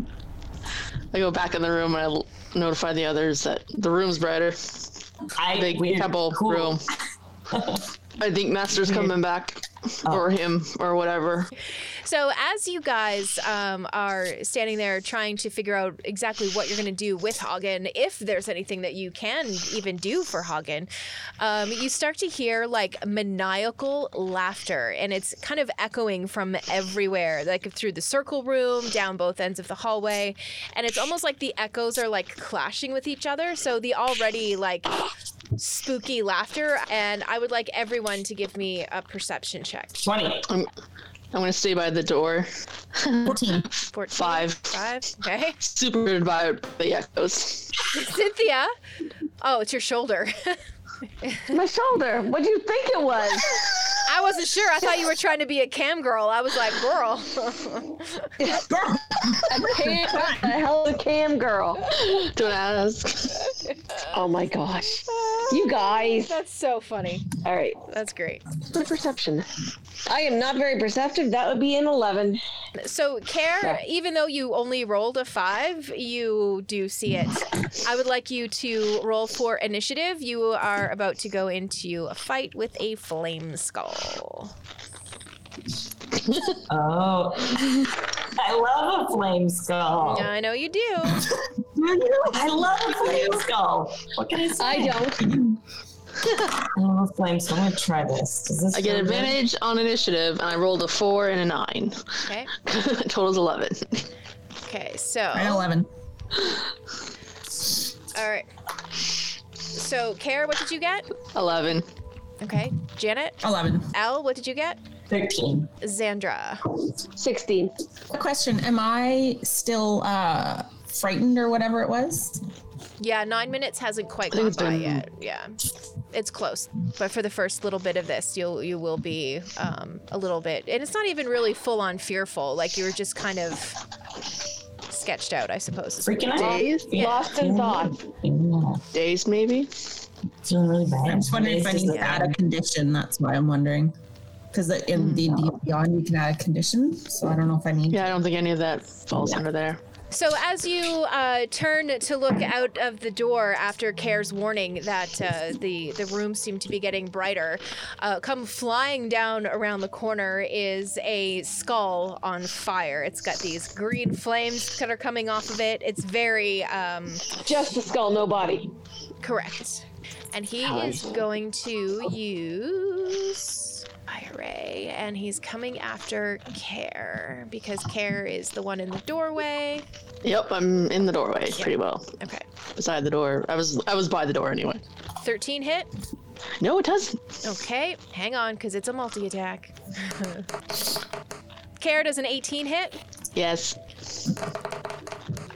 Speaker 4: I go back in the room and I l- notify the others that the room's brighter.
Speaker 6: I
Speaker 4: Big
Speaker 6: weird.
Speaker 4: temple
Speaker 6: Cool.
Speaker 4: room. I think Master's coming back,
Speaker 6: Oh.
Speaker 4: or him, or whatever.
Speaker 1: So as you guys um, are standing there trying to figure out exactly what you're going to do with Hagen, if there's anything that you can even do for Hagen, um, you start to hear like maniacal laughter, and it's kind of echoing from everywhere, like through the circle room, down both ends of the hallway, and it's almost like the echoes are like clashing with each other. So the already like spooky laughter, and I would like everyone to give me a perception check.
Speaker 6: 20.
Speaker 4: I'm gonna stay by the door.
Speaker 5: 14.
Speaker 1: 14?
Speaker 4: Five.
Speaker 1: Five. Okay.
Speaker 4: Super invited by the echoes.
Speaker 1: Cynthia. Oh, it's your shoulder.
Speaker 2: My shoulder. What do you think it was?
Speaker 1: I wasn't sure. I thought you were trying to be a cam girl. I was like, girl.
Speaker 5: Girl,
Speaker 2: A cam, what the hell is a cam girl?
Speaker 4: Don't ask.
Speaker 2: Oh my gosh. You guys.
Speaker 1: That's so funny.
Speaker 2: All right.
Speaker 1: That's great.
Speaker 2: My perception. I am not very perceptive. That would be an 11.
Speaker 1: So, Care,
Speaker 2: Yeah.
Speaker 1: even though you only rolled a five, you do see it. I would like you to roll for initiative. You are about to go into a fight with a flame skull.
Speaker 6: Oh. I love a flame skull.
Speaker 1: I know you do.
Speaker 6: I love a flame skull. What can I say?
Speaker 2: I don't.
Speaker 6: I love a flame skull. I'm gonna try this. Does this
Speaker 4: I get
Speaker 6: feel good?
Speaker 4: advantage on initiative, and I rolled a four and a nine.
Speaker 1: Okay.
Speaker 4: Total's eleven.
Speaker 1: Okay. So.
Speaker 5: I had 11.
Speaker 1: All right. So, Care, what did you get?
Speaker 4: Eleven.
Speaker 1: Okay. Janet,
Speaker 5: 11.
Speaker 1: Al, what did you get?
Speaker 6: 13.
Speaker 1: Xandra.
Speaker 2: 16.
Speaker 5: A question Am I still uh, frightened or whatever it was?
Speaker 1: Yeah, nine minutes hasn't quite
Speaker 4: I think
Speaker 1: gone
Speaker 4: it's
Speaker 1: by
Speaker 4: been-
Speaker 1: yet. Yeah, it's close. But for the first little bit of this, you'll you will be um, a little bit, and it's not even really full on fearful. Like you were just kind of sketched out, I suppose. is what
Speaker 6: Freaking out.
Speaker 2: Days?
Speaker 6: Oh. Yeah.
Speaker 2: Lost in thought.
Speaker 6: Yeah.
Speaker 4: Days, maybe?
Speaker 6: Feeling really bad.
Speaker 5: I'm just wondering if I
Speaker 6: This is
Speaker 5: need
Speaker 6: the-
Speaker 5: to add a condition. That's why I'm wondering. Because in the D Beyond, you can add a condition. So I don't know if I need
Speaker 4: Yeah, I don't think any of that falls under there.
Speaker 1: So as you uh, turn to look out of the door after Care's warning that uh, the the room seemed to be getting brighter, uh, come flying down around the corner is a skull on fire. It's got these green flames that are coming off of it. It's very um,
Speaker 2: Just a skull, no body.
Speaker 1: correct, and he is going to use IRA, and he's coming after Care because Care is the one in the doorway.
Speaker 4: Yep, I'm in the doorway pretty well.
Speaker 1: Okay,
Speaker 4: Beside the door. I was I was by the door anyway.
Speaker 1: thirteen hit.
Speaker 4: No, it doesn't.
Speaker 1: Okay, hang on, because it's a multi attack. Care does an 18 hit,
Speaker 4: Yes.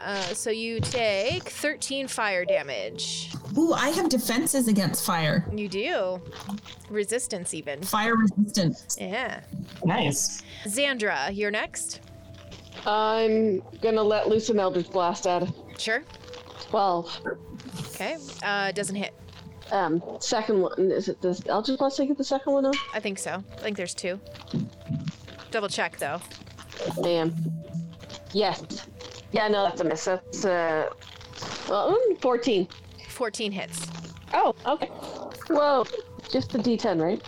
Speaker 1: uh, so you take 13 fire damage.
Speaker 5: Ooh, I have defenses against fire.
Speaker 1: You do. Resistance, even.
Speaker 5: Fire resistant.
Speaker 1: Yeah.
Speaker 6: Nice.
Speaker 1: Xandra, you're next.
Speaker 2: I'm gonna let loose an Eldritch Blast at it.
Speaker 1: Sure.
Speaker 2: 12.
Speaker 1: Okay. Uh, doesn't hit.
Speaker 2: Um, second one. Is it the Eldritch Blast I get the second one on?
Speaker 1: I think so. I think there's two. Double check, though.
Speaker 2: Damn. Yes. Yeah, no, that's a miss. That's, uh, well, mm, 14.
Speaker 1: 14 hits.
Speaker 2: Oh, okay. Whoa. Just the d10, right?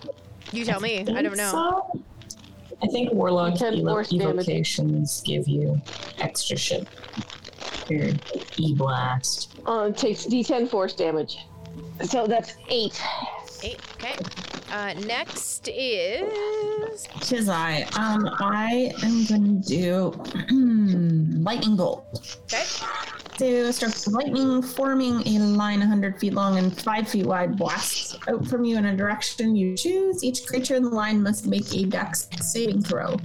Speaker 1: You tell me. I don't know.
Speaker 6: So, I think warlock
Speaker 2: Ten
Speaker 6: evo-
Speaker 2: force damage.
Speaker 6: evocations give you extra shit. Your e blast.
Speaker 2: Uh, it takes d10 force damage. So that's 8.
Speaker 1: Eight. Okay. Uh, next is.
Speaker 5: Tis I. Um, I am going to do lightning bolt.
Speaker 1: Okay.
Speaker 5: So strokes of lightning forming a line 100 feet long and 5 feet wide blasts out from you in a direction you choose. Each creature in the line must make a dex saving throw.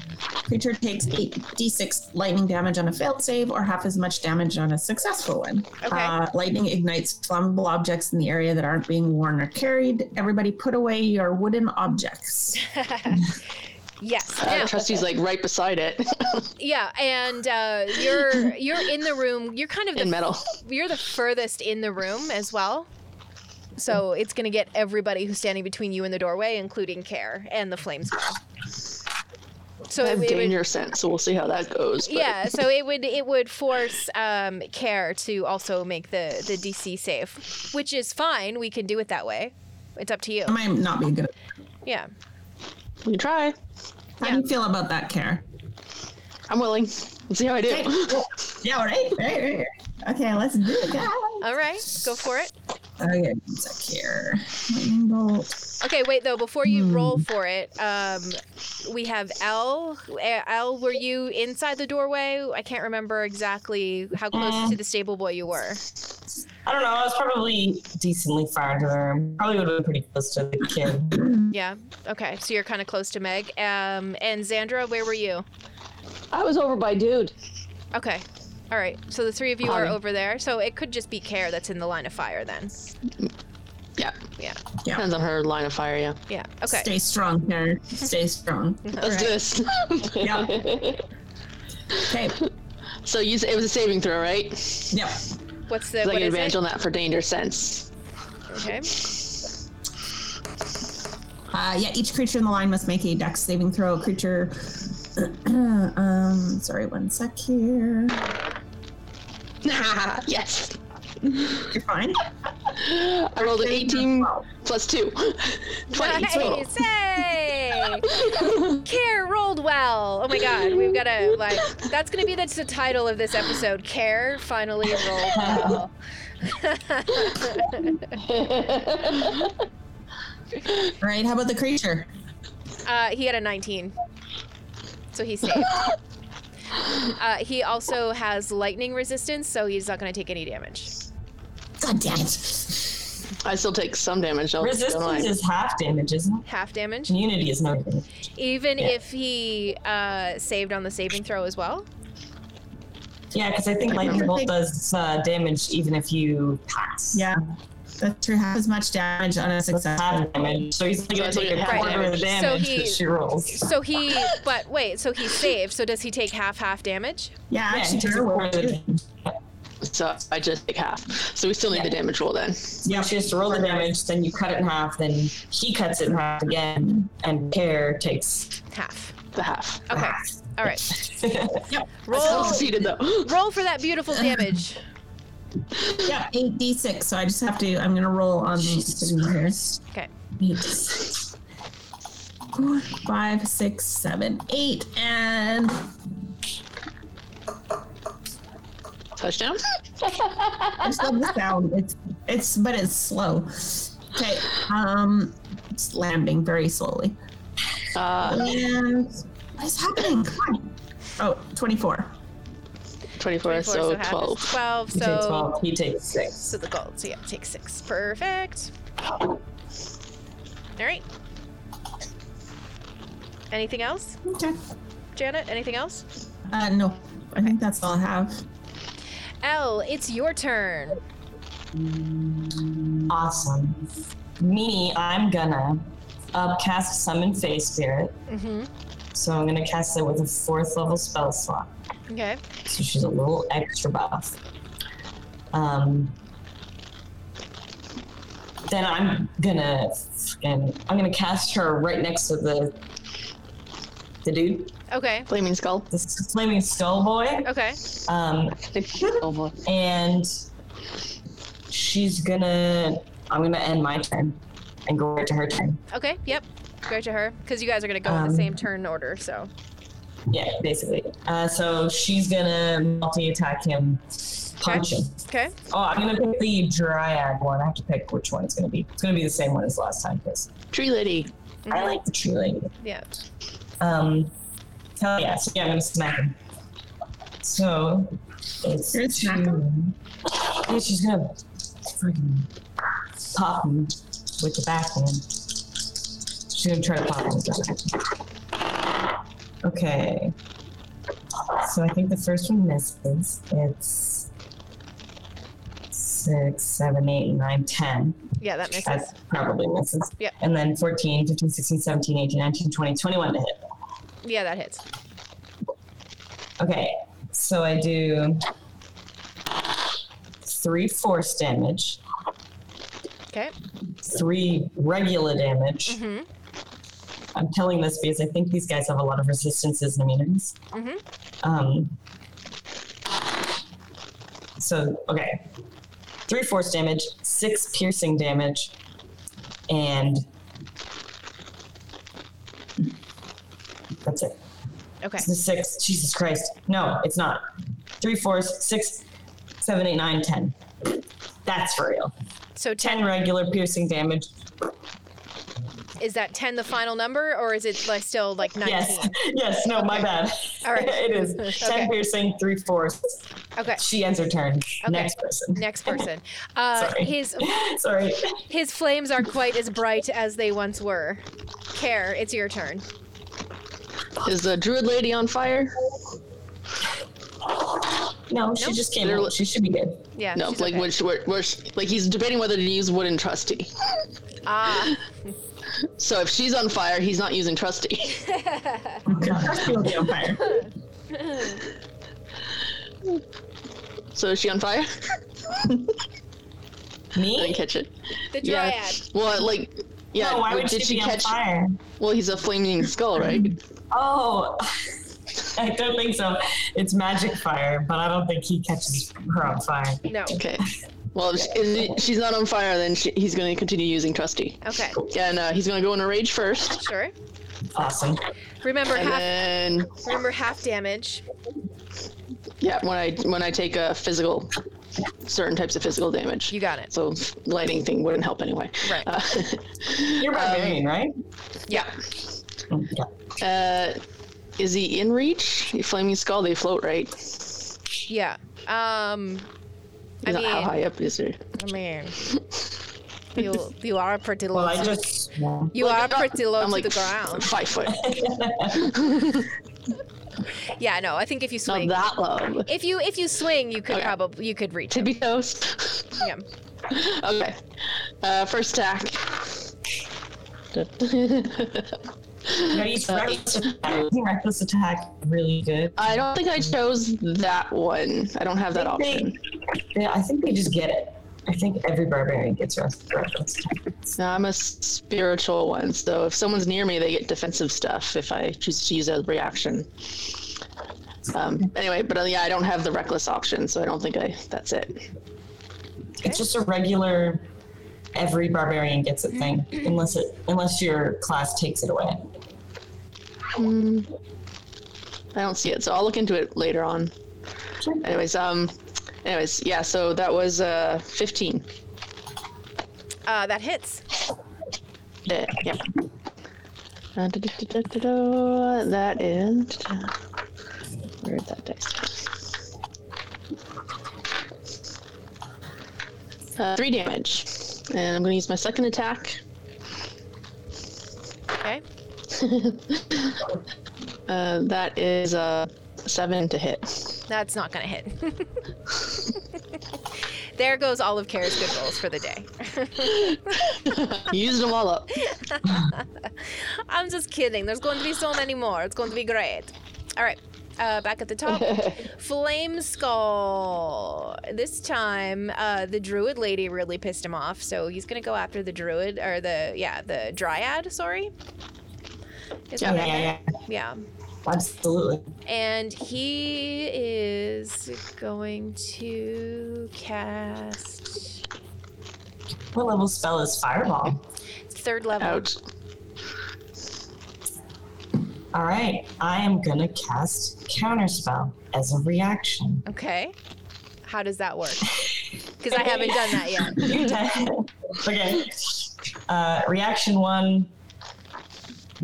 Speaker 5: Creature takes 8d6 lightning damage on a failed save or half as much damage on a successful one.
Speaker 1: Okay.
Speaker 5: Uh, lightning ignites flammable objects in the area that aren't being worn or carried. Everybody put away your wooden objects.
Speaker 1: Yes.
Speaker 4: Uh,
Speaker 1: Now,
Speaker 4: Trusty's like right beside it
Speaker 1: Yeah, and uh, you're you're in the room. You're kind of the
Speaker 4: in metal.
Speaker 1: you're the furthest in the room as well. So it's gonna get everybody who's standing between you and the doorway, including Care and the flames. So
Speaker 4: I
Speaker 1: it,
Speaker 4: have
Speaker 1: it would,
Speaker 4: danger sense, so we'll see how that goes. but-
Speaker 1: yeah, so it would it would force um, Care to also make the the DC save, which is fine. We can do it that way. It's up to you.
Speaker 5: I might not be good.
Speaker 1: Yeah.
Speaker 4: We can try.
Speaker 5: How do you feel about that, Care?
Speaker 4: I'm willing. Let's see how I do.
Speaker 5: Yeah, right? Right, right, right. Okay, let's do it, guys.
Speaker 1: All right, go for it.
Speaker 5: Okay, one sec here. Lightning bolt.
Speaker 1: Okay, wait though. Before you roll for it, um, we have L. Eh, L, were you inside the doorway? I can't remember exactly how close
Speaker 6: Mm.
Speaker 1: to the stable boy you were.
Speaker 6: I don't know. I was probably decently far into the room. Probably would have been pretty close to the kid.
Speaker 1: Yeah. Okay, so you're kind of close to Meg. Um, and Xandra, where were you?
Speaker 2: I was over by dude.
Speaker 1: Okay. All right. So the three of you are
Speaker 6: Hi.
Speaker 1: over there. So it could just be Care that's in the line of fire then.
Speaker 4: Yeah.
Speaker 1: Yeah.
Speaker 5: Yeah.
Speaker 4: Depends on her line of fire, yeah.
Speaker 1: Yeah. Okay.
Speaker 5: Stay strong, Care. Stay strong.
Speaker 4: Let's do this.
Speaker 5: Yeah. Okay.
Speaker 4: so you, s- it was a saving throw, right?
Speaker 5: Yep.
Speaker 1: What's the
Speaker 4: Because I
Speaker 1: what
Speaker 4: get
Speaker 1: is
Speaker 4: advantage
Speaker 1: it?
Speaker 4: on that for danger sense.
Speaker 1: Okay.
Speaker 5: Uh, yeah, each creature in the line must make a dex saving throw. Creature. um, sorry, one sec here.
Speaker 4: yes.
Speaker 5: You're fine.
Speaker 4: I rolled an 18
Speaker 5: Wow.
Speaker 4: plus 2. 20 total.
Speaker 1: Nice. Hey! Care rolled well. Oh my god, we've got to like that's going to be the, the title of this episode. Care finally rolled well.
Speaker 5: All right, how about the creature?
Speaker 1: Uh, he had a 19. So he saved. Uh, he also has lightning resistance, so he's not going to take any damage.
Speaker 5: God damn it.
Speaker 4: I still take some damage.
Speaker 6: Oh,
Speaker 4: Don't, don't
Speaker 6: Resistance
Speaker 4: I?
Speaker 6: is half damage, isn't it?
Speaker 1: Half damage.
Speaker 6: Immunity is no damage.
Speaker 1: Even if he uh, saved on the saving throw as well.
Speaker 6: Yeah, because I think lightning bolt does uh, damage even if you pass.
Speaker 5: Yeah. That's true. Half as much damage on a success.
Speaker 6: Half damage. So he's only going
Speaker 4: So
Speaker 6: to
Speaker 4: you
Speaker 6: take a
Speaker 4: have
Speaker 6: quarter of the
Speaker 1: damage. So
Speaker 6: damage
Speaker 1: he-
Speaker 6: that she rolls.
Speaker 1: So he, but wait, so he saved. So does he take half half damage?
Speaker 5: Yeah,
Speaker 6: Yeah, he
Speaker 5: actually,
Speaker 6: takes a
Speaker 5: Tara will
Speaker 6: quarter of the
Speaker 5: too.
Speaker 6: damage.
Speaker 4: So I just take half. So we still need the damage roll then.
Speaker 6: Yeah, she has to roll the damage, then you cut it in half, then he cuts it in half again, and Care takes.
Speaker 1: Half.
Speaker 4: The half.
Speaker 1: Okay. All right.
Speaker 4: Still
Speaker 1: Roll.
Speaker 4: succeeded though.
Speaker 1: Oh, Roll for that beautiful damage.
Speaker 5: Yeah, 8d6. So I just have to, I'm going to roll on these things here.
Speaker 1: Okay.
Speaker 5: Four, five, six, seven, eight, and
Speaker 4: Touchdown.
Speaker 5: I just love the sound. It's it's but it's slow. Okay, um, it's landing very slowly.
Speaker 4: Uh,
Speaker 5: And what is happening? Come on. Oh, 24.
Speaker 4: 24,
Speaker 1: 24,
Speaker 4: so
Speaker 1: half is
Speaker 4: 12.
Speaker 1: 12,
Speaker 6: He takes
Speaker 1: so.
Speaker 6: 12, he takes 6.
Speaker 1: So the gold. So yeah, take six. Perfect. All right. Anything else,
Speaker 5: Okay.
Speaker 1: Janet? Anything else?
Speaker 5: Uh, no, I think that's all I have.
Speaker 1: L, it's your turn.
Speaker 6: Awesome. Me, I'm gonna upcast Summon Face Spirit.
Speaker 1: Mm-hmm.
Speaker 6: So I'm gonna cast it with a fourth level spell slot.
Speaker 1: Okay.
Speaker 6: So she's a little extra buff. Um, then I'm gonna and I'm gonna cast her right next to the the dude,
Speaker 1: Okay.
Speaker 4: Flaming skull.
Speaker 6: this flaming skull boy.
Speaker 1: Okay.
Speaker 6: Um,
Speaker 4: oh boy.
Speaker 6: and she's gonna I'm gonna end my turn and go right to her turn.
Speaker 1: Okay. Yep. Go to her because you guys are gonna go in
Speaker 6: Um,
Speaker 1: the same turn order. So
Speaker 6: Yeah, basically. Uh, so she's gonna multi attack him, punch him.
Speaker 1: okay.
Speaker 6: Oh, I'm gonna pick the dryad one. I have to pick which one it's gonna be. It's gonna be the same one as last time because
Speaker 4: Tree lady.
Speaker 6: I like the tree lady.
Speaker 1: Mm-hmm. Yeah.
Speaker 6: Um, hell yeah! So yeah, I'm gonna smack him. So it's
Speaker 5: You're gonna smack
Speaker 6: two- Yeah, she's gonna freaking pop him with the back one. She's gonna try to pop him with the back. Okay. So I think the first one misses. It's six, seven, eight, nine, ten.
Speaker 1: Yeah, that makes sense.
Speaker 6: That probably misses.
Speaker 1: Yep.
Speaker 6: And then 14, 15, 16, 17, 18, 19, 20, 21 to hit.
Speaker 1: Yeah, that hits.
Speaker 6: Okay, so I do three force damage,
Speaker 1: Okay.
Speaker 6: three regular damage.
Speaker 1: Mm-hmm.
Speaker 6: I'm telling this because I think these guys have a lot of resistances and immunities.
Speaker 1: Mhm.
Speaker 6: Um, so, okay. Three force damage, six piercing damage, and that's it.
Speaker 1: Okay.
Speaker 6: It's the six. Jesus Christ. No, it's not. Three fours, six, seven, eight, nine, ten. That's for real.
Speaker 1: So ten
Speaker 6: Ten regular piercing damage.
Speaker 1: is that ten the final number or is it like still like nineteen?
Speaker 6: Yes. Yes. No, my bad.
Speaker 1: All right.
Speaker 6: it is.
Speaker 1: Okay.
Speaker 6: Ten piercing, three fours.
Speaker 1: Okay.
Speaker 6: She ends her turn. Next person.
Speaker 1: Next person. Uh,
Speaker 6: Sorry.
Speaker 1: his
Speaker 6: Sorry.
Speaker 1: His flames aren't quite as bright as they once were. Care, it's your turn.
Speaker 4: Is the druid lady on fire?
Speaker 6: No, she just came.
Speaker 4: They're li-
Speaker 6: out. She should be good.
Speaker 1: Yeah.
Speaker 4: No,
Speaker 1: she's
Speaker 4: like
Speaker 1: okay.
Speaker 4: which, which, which, like he's debating whether to use wooden trusty.
Speaker 1: Ah,
Speaker 4: So if she's on fire, he's not using trusty.
Speaker 5: She'll be on fire.
Speaker 4: So is she on fire? I didn't
Speaker 6: Me?
Speaker 4: catch it.
Speaker 1: the dryad.
Speaker 4: Yeah. Well, like, yeah.
Speaker 6: no, why
Speaker 4: like,
Speaker 6: would
Speaker 4: did
Speaker 6: she
Speaker 4: she
Speaker 6: be
Speaker 4: catch?
Speaker 6: on fire?
Speaker 4: Well, he's a flaming skull, right?
Speaker 6: Oh, I don't think so. It's magic fire, but I don't think he catches her on fire.
Speaker 1: No.
Speaker 4: Okay. Well, if she- if she's not on fire, then she, he's going to continue using trusty.
Speaker 1: Okay.
Speaker 4: And uh, he's going to go in a rage first,
Speaker 1: Sure.
Speaker 6: Awesome.
Speaker 1: Remember
Speaker 4: and
Speaker 1: half.
Speaker 4: then
Speaker 1: Remember half damage.
Speaker 4: yeah, when I when I take a physical, certain types of physical damage.
Speaker 1: You got it.
Speaker 4: so lighting thing wouldn't help anyway.
Speaker 1: Right.
Speaker 4: Uh,
Speaker 6: You're barbarian, right?
Speaker 1: Yeah.
Speaker 6: Yeah.
Speaker 4: uh, is he in reach? Flaming skull, they float, right?
Speaker 1: Yeah. Um. I
Speaker 4: Not how
Speaker 1: mean-
Speaker 4: high up is it?
Speaker 1: I mean, you you are pretty low.
Speaker 6: Well, I
Speaker 1: to-
Speaker 6: just.
Speaker 1: you are pretty low
Speaker 4: I'm
Speaker 1: to
Speaker 4: like
Speaker 1: the ground.
Speaker 4: five foot.
Speaker 1: Yeah, no, I think if you
Speaker 4: Not
Speaker 1: swing,
Speaker 4: that low.
Speaker 1: if you if you swing, you could
Speaker 4: Okay.
Speaker 1: probably you could reach.
Speaker 4: To
Speaker 1: Him.
Speaker 4: be toast.
Speaker 1: Yeah.
Speaker 4: okay. Uh, first attack.
Speaker 6: You gotta use reckless attack. Using reckless attack really good.
Speaker 4: I don't think I chose that one. I don't have that option.
Speaker 6: Yeah, I think they just get it. I think every barbarian gets rec- reckless attack.
Speaker 4: No, I'm a s- spiritual one, so if someone's near me, they get defensive stuff if I choose to use that as a reaction. Um, anyway, but uh, yeah, I don't have the reckless option, so I don't think I. That's it.
Speaker 6: It's just a regular every barbarian gets it thing, unless it unless your class takes it away.
Speaker 4: Hmm. I don't see it, so I'll look into it later on.
Speaker 6: Sure.
Speaker 4: Anyways, um, anyways, yeah. So that was uh 15.
Speaker 1: Uh, that hits.
Speaker 4: Uh, yep. Uh, da- da- da- da- da- da, That is. Where did that dice go? Uh, three damage. And I'm going to use my second attack.
Speaker 1: Okay.
Speaker 4: Uh, that is uh, seven to hit.
Speaker 1: That's not gonna hit. there goes all of Kara's good rolls for the day.
Speaker 4: Used them all up.
Speaker 1: I'm just kidding. There's going to be so many more. It's going to be great. All right. Uh, back at the top, Flame Skull. This time, uh, the Druid lady really pissed him off, so he's gonna go after the Druid or the yeah the Dryad. Sorry. Is
Speaker 4: Yeah,
Speaker 1: that
Speaker 6: Yeah,
Speaker 1: right?
Speaker 6: yeah, yeah.
Speaker 1: yeah.
Speaker 6: Absolutely.
Speaker 1: And he is going to cast
Speaker 6: What level spell is Fireball?
Speaker 1: third level.
Speaker 4: Ouch.
Speaker 6: All right, I am gonna cast Counterspell as a reaction.
Speaker 1: Okay. How does that work? Because I haven't done that yet.
Speaker 6: okay. Uh, reaction one,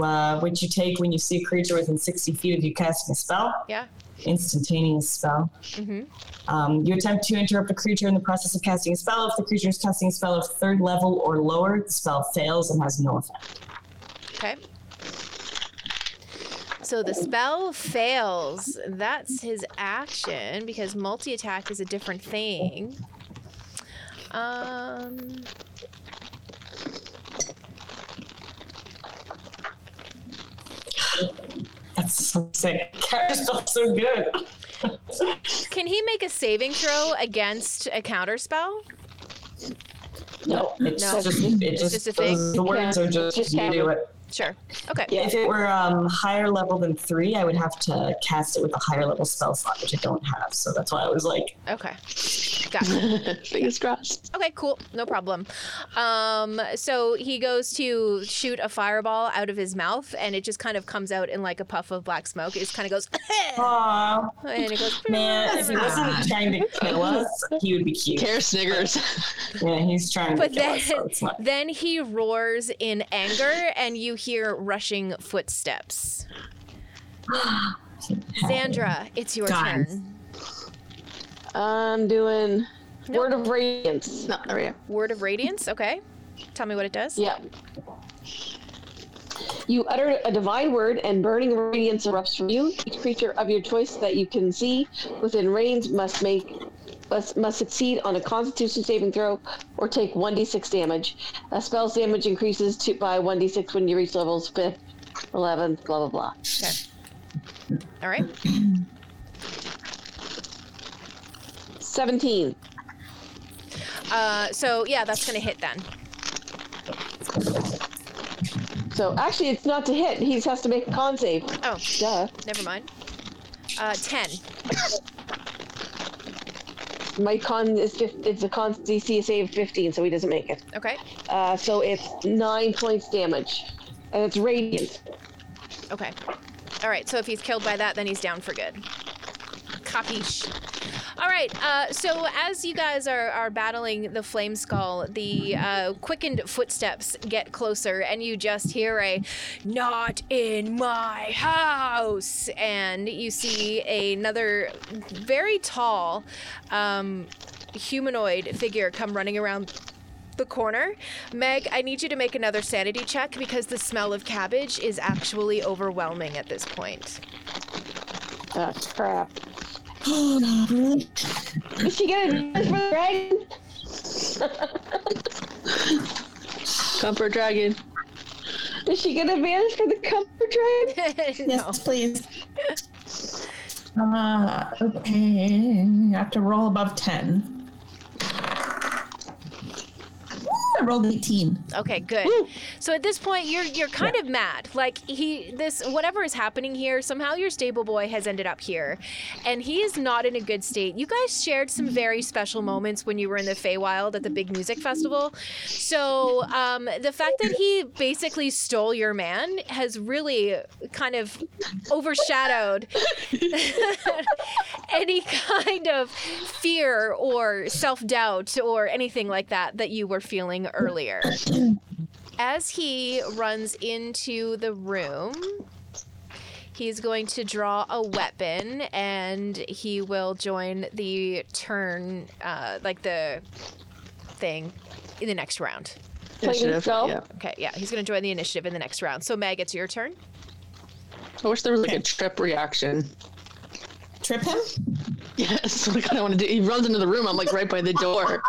Speaker 6: uh, which you take when you see a creature within 60 feet of you casting a spell.
Speaker 1: Yeah.
Speaker 6: Instantaneous spell.
Speaker 1: hmm
Speaker 6: Um, you attempt to interrupt a creature in the process of casting a spell. If the creature is casting a spell of third level or lower, the spell fails and has no effect.
Speaker 1: Okay. So the spell fails. That's his action because multi attack is a different thing. Um.
Speaker 6: That's so sick. Counterspell's so good.
Speaker 1: Can he make a saving throw against a counter spell?
Speaker 6: No, it's
Speaker 1: No.
Speaker 6: just it just,
Speaker 1: just a thing.
Speaker 6: those- the words
Speaker 2: Yeah,
Speaker 6: are just,
Speaker 2: just
Speaker 6: you do
Speaker 2: counter.
Speaker 6: it.
Speaker 1: Sure. Okay.
Speaker 6: Yeah, if it were um, higher level than three, I would have to cast it with a higher level spell slot, which I don't have. So that's why I was like,
Speaker 1: Okay. Gotcha.
Speaker 4: Fingers crossed.
Speaker 1: Okay, cool. No problem. Um, so he goes to shoot a fireball out of his mouth, and it just kind of comes out in like a puff of black smoke. It just kind of goes,
Speaker 6: "Aw,
Speaker 1: and it goes,
Speaker 6: Oh, man, if he wasn't trying to kill us, he would be cute."
Speaker 4: Care Sniggers.
Speaker 6: Yeah, he's trying
Speaker 1: But
Speaker 6: to kill
Speaker 1: then,
Speaker 6: us. So it's not.
Speaker 1: then he roars in anger, and you hear rushing footsteps. Sandra, it's your
Speaker 5: Guys.
Speaker 1: turn.
Speaker 2: I'm doing
Speaker 1: No.
Speaker 2: Word of Radiance.
Speaker 4: no, there we go.
Speaker 1: Word of Radiance, okay? Tell me what it does.
Speaker 2: Yeah. You utter a divine word, and burning radiance erupts from you. Each creature of your choice that you can see within range must make must, must succeed on a Constitution saving throw or take 1d6 damage. A spell's damage increases to by 1d6 when you reach levels fifth, eleventh, blah blah blah.
Speaker 1: All right.
Speaker 2: Seventeen.
Speaker 1: Uh, so yeah, that's gonna hit then.
Speaker 2: So actually, it's not to hit. He just has to make a con save.
Speaker 1: Oh,
Speaker 2: Duh.
Speaker 1: never mind. Uh, ten.
Speaker 2: My con is fif- it's a con DC save of fifteen, so he doesn't make it.
Speaker 1: Okay.
Speaker 2: Uh, so it's nine points damage, and it's radiant.
Speaker 1: Okay. All right. So if he's killed by that, then he's down for good. Capiche. All right. Uh, so as you guys are, are battling the flame skull, the uh, quickened footsteps get closer, and you just hear a "Not in my house," and you see another very tall um, humanoid figure come running around the corner. Meg, I need you to make another sanity check because the smell of cabbage is actually overwhelming at this point.
Speaker 4: Ah, crap.
Speaker 2: Is she gonna do this for the dragon?
Speaker 4: Comfort dragon.
Speaker 2: Is she gonna vanish for the comfort dragon?
Speaker 5: Yes, please. Uh, okay. You have to roll above 10. Ooh, I rolled 18.
Speaker 1: Okay, good. So at this point, you're you're kind of mad. Like he, this whatever is happening here, somehow your stable boy has ended up here, and he is not in a good state. You guys shared some very special moments when you were in the Feywild at the big music festival. So um, the fact that he basically stole your man has really kind of overshadowed any kind of fear or self doubt or anything like that that you were feeling earlier. As he runs into the room, he's going to draw a weapon and he will join the turn, uh, like the thing, in the next round.
Speaker 4: Initiative.
Speaker 2: spell?
Speaker 4: Yeah.
Speaker 1: Okay, yeah, he's going to join the initiative in the next round. So, Meg, it's your turn.
Speaker 4: I wish there was like a trip reaction.
Speaker 5: Trip him?
Speaker 4: Yes, like I don't want to do. He runs into the room. I'm like right by the door.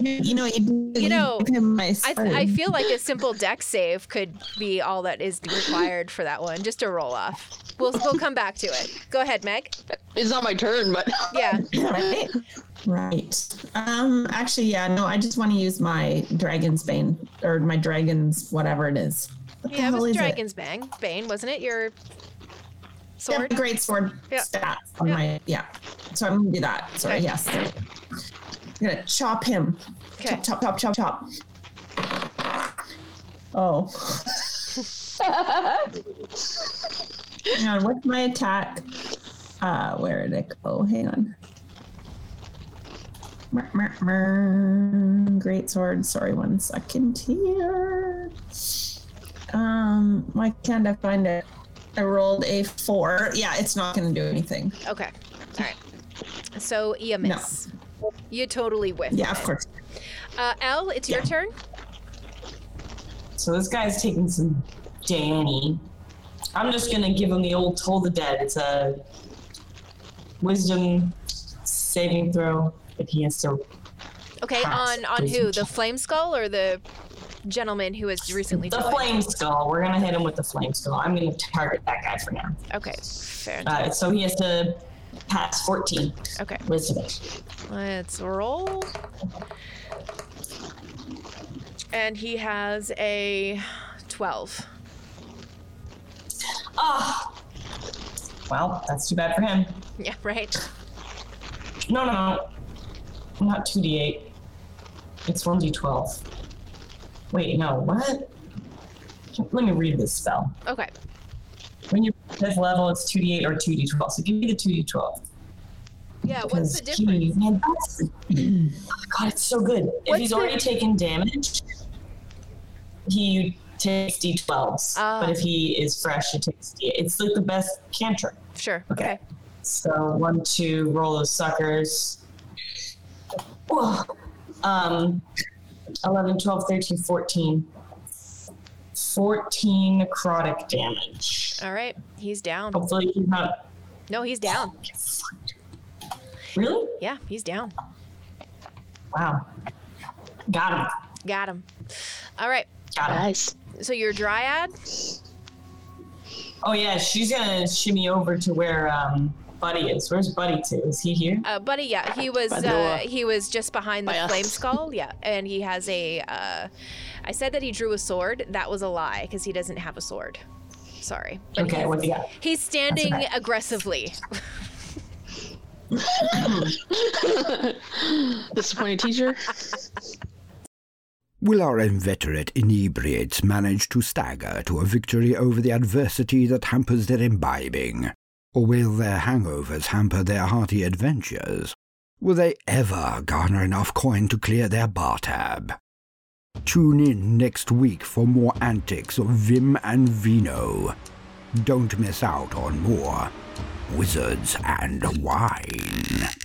Speaker 5: You know, you,
Speaker 1: You know,
Speaker 5: give him my
Speaker 1: I,
Speaker 5: sword.
Speaker 1: I feel like a simple deck save could be all that is required for that one, just a roll off. We'll, we'll come back to it. Go ahead, Meg.
Speaker 4: It's not my turn, but
Speaker 1: Yeah.
Speaker 5: right? Right. Um. Actually, yeah. No, I just want to use my dragon's bane or my dragon's whatever it is. What
Speaker 1: Yeah, it
Speaker 5: the hell
Speaker 1: was
Speaker 5: is
Speaker 1: Dragon's Bang. Bane, wasn't it? Your
Speaker 5: Yeah,
Speaker 1: sword?
Speaker 5: my great sword
Speaker 1: Yeah.
Speaker 5: stat on
Speaker 1: Yeah.
Speaker 5: my yeah. So I'm gonna do that. Sorry.
Speaker 1: Okay.
Speaker 5: Yes. there we go. I'm gonna chop him.
Speaker 1: Okay.
Speaker 5: Chop, chop, chop, chop, chop. Oh. Hang on. What's my attack? Uh, where did it go? Hang on. Mer, mer, mer. Great sword. Sorry, one second here. Um, why can't I find it? I rolled a four. Yeah, it's not going to do anything.
Speaker 1: Okay. All right. So you miss. You totally whiff.
Speaker 5: Yeah, of course.
Speaker 1: Uh, L, it's your
Speaker 5: Yeah.
Speaker 1: turn.
Speaker 6: So this guy's taking some Danny. I'm just gonna give him the old toll the dead. It's a wisdom saving throw, but he has to
Speaker 1: Okay.
Speaker 6: Pass.
Speaker 1: On on who? The Flame Skull or the gentleman who has recently
Speaker 6: the
Speaker 1: died?
Speaker 6: flame skull. We're gonna hit him with the flame skull. I'm gonna target that guy for now.
Speaker 1: Okay. Fair.
Speaker 6: Uh, so he has to pass 14
Speaker 1: Okay.
Speaker 6: wisdom.
Speaker 1: Let's roll. And he has a 12.
Speaker 6: Ah. Well, that's too bad for him.
Speaker 1: Yeah, right?
Speaker 6: No, no, no. Not 2d8. It's 1d12. Wait, no, what? Let me read this spell.
Speaker 1: Okay.
Speaker 6: When you're fifth level, it's 2d8 or 2d12. So give me the 2d12.
Speaker 1: Yeah, what's the
Speaker 6: because,
Speaker 1: difference?
Speaker 6: gee, man, that's- oh God, it's so good. if
Speaker 1: What's
Speaker 6: he's
Speaker 1: the-
Speaker 6: already taken damage, he takes d12s.
Speaker 1: Ah.
Speaker 6: But if he is fresh, he takes d8. It's like the best cantrip.
Speaker 1: Sure.
Speaker 6: Okay.
Speaker 1: Okay.
Speaker 6: So one, two, roll those suckers. Whoa. Um, 11, 12, 13, 14. 14 necrotic damage.
Speaker 1: All right. He's down.
Speaker 6: Hopefully he's not.
Speaker 1: No, he's down.
Speaker 6: Really?
Speaker 1: Yeah, he's down.
Speaker 6: Wow. Got him.
Speaker 1: Got him. All right.
Speaker 6: Got him.
Speaker 4: nice.
Speaker 1: So your dryad?
Speaker 6: Oh yeah, she's gonna shimmy over to where um, Buddy is. Where's Buddy to? Is he here?
Speaker 1: Uh, buddy, yeah, he was
Speaker 4: By the
Speaker 1: uh,
Speaker 4: door.
Speaker 1: he was just behind the
Speaker 4: By us.
Speaker 1: flame skull, yeah, and he has a. Uh, I said that he drew a sword. That was a lie because he doesn't have a sword. Sorry. But
Speaker 6: Okay,
Speaker 1: he's-
Speaker 6: what do you got?
Speaker 1: He's standing
Speaker 6: That's
Speaker 1: aggressively.
Speaker 4: Disappointed teacher.
Speaker 7: Will our inveterate inebriates manage to stagger to a victory over the adversity that hampers their imbibing? Or will their hangovers hamper their hearty adventures? Will they ever garner enough coin to clear their bar tab? Tune in next week for more antics of Vim and Vino. Don't miss out on more Wizards and Wine.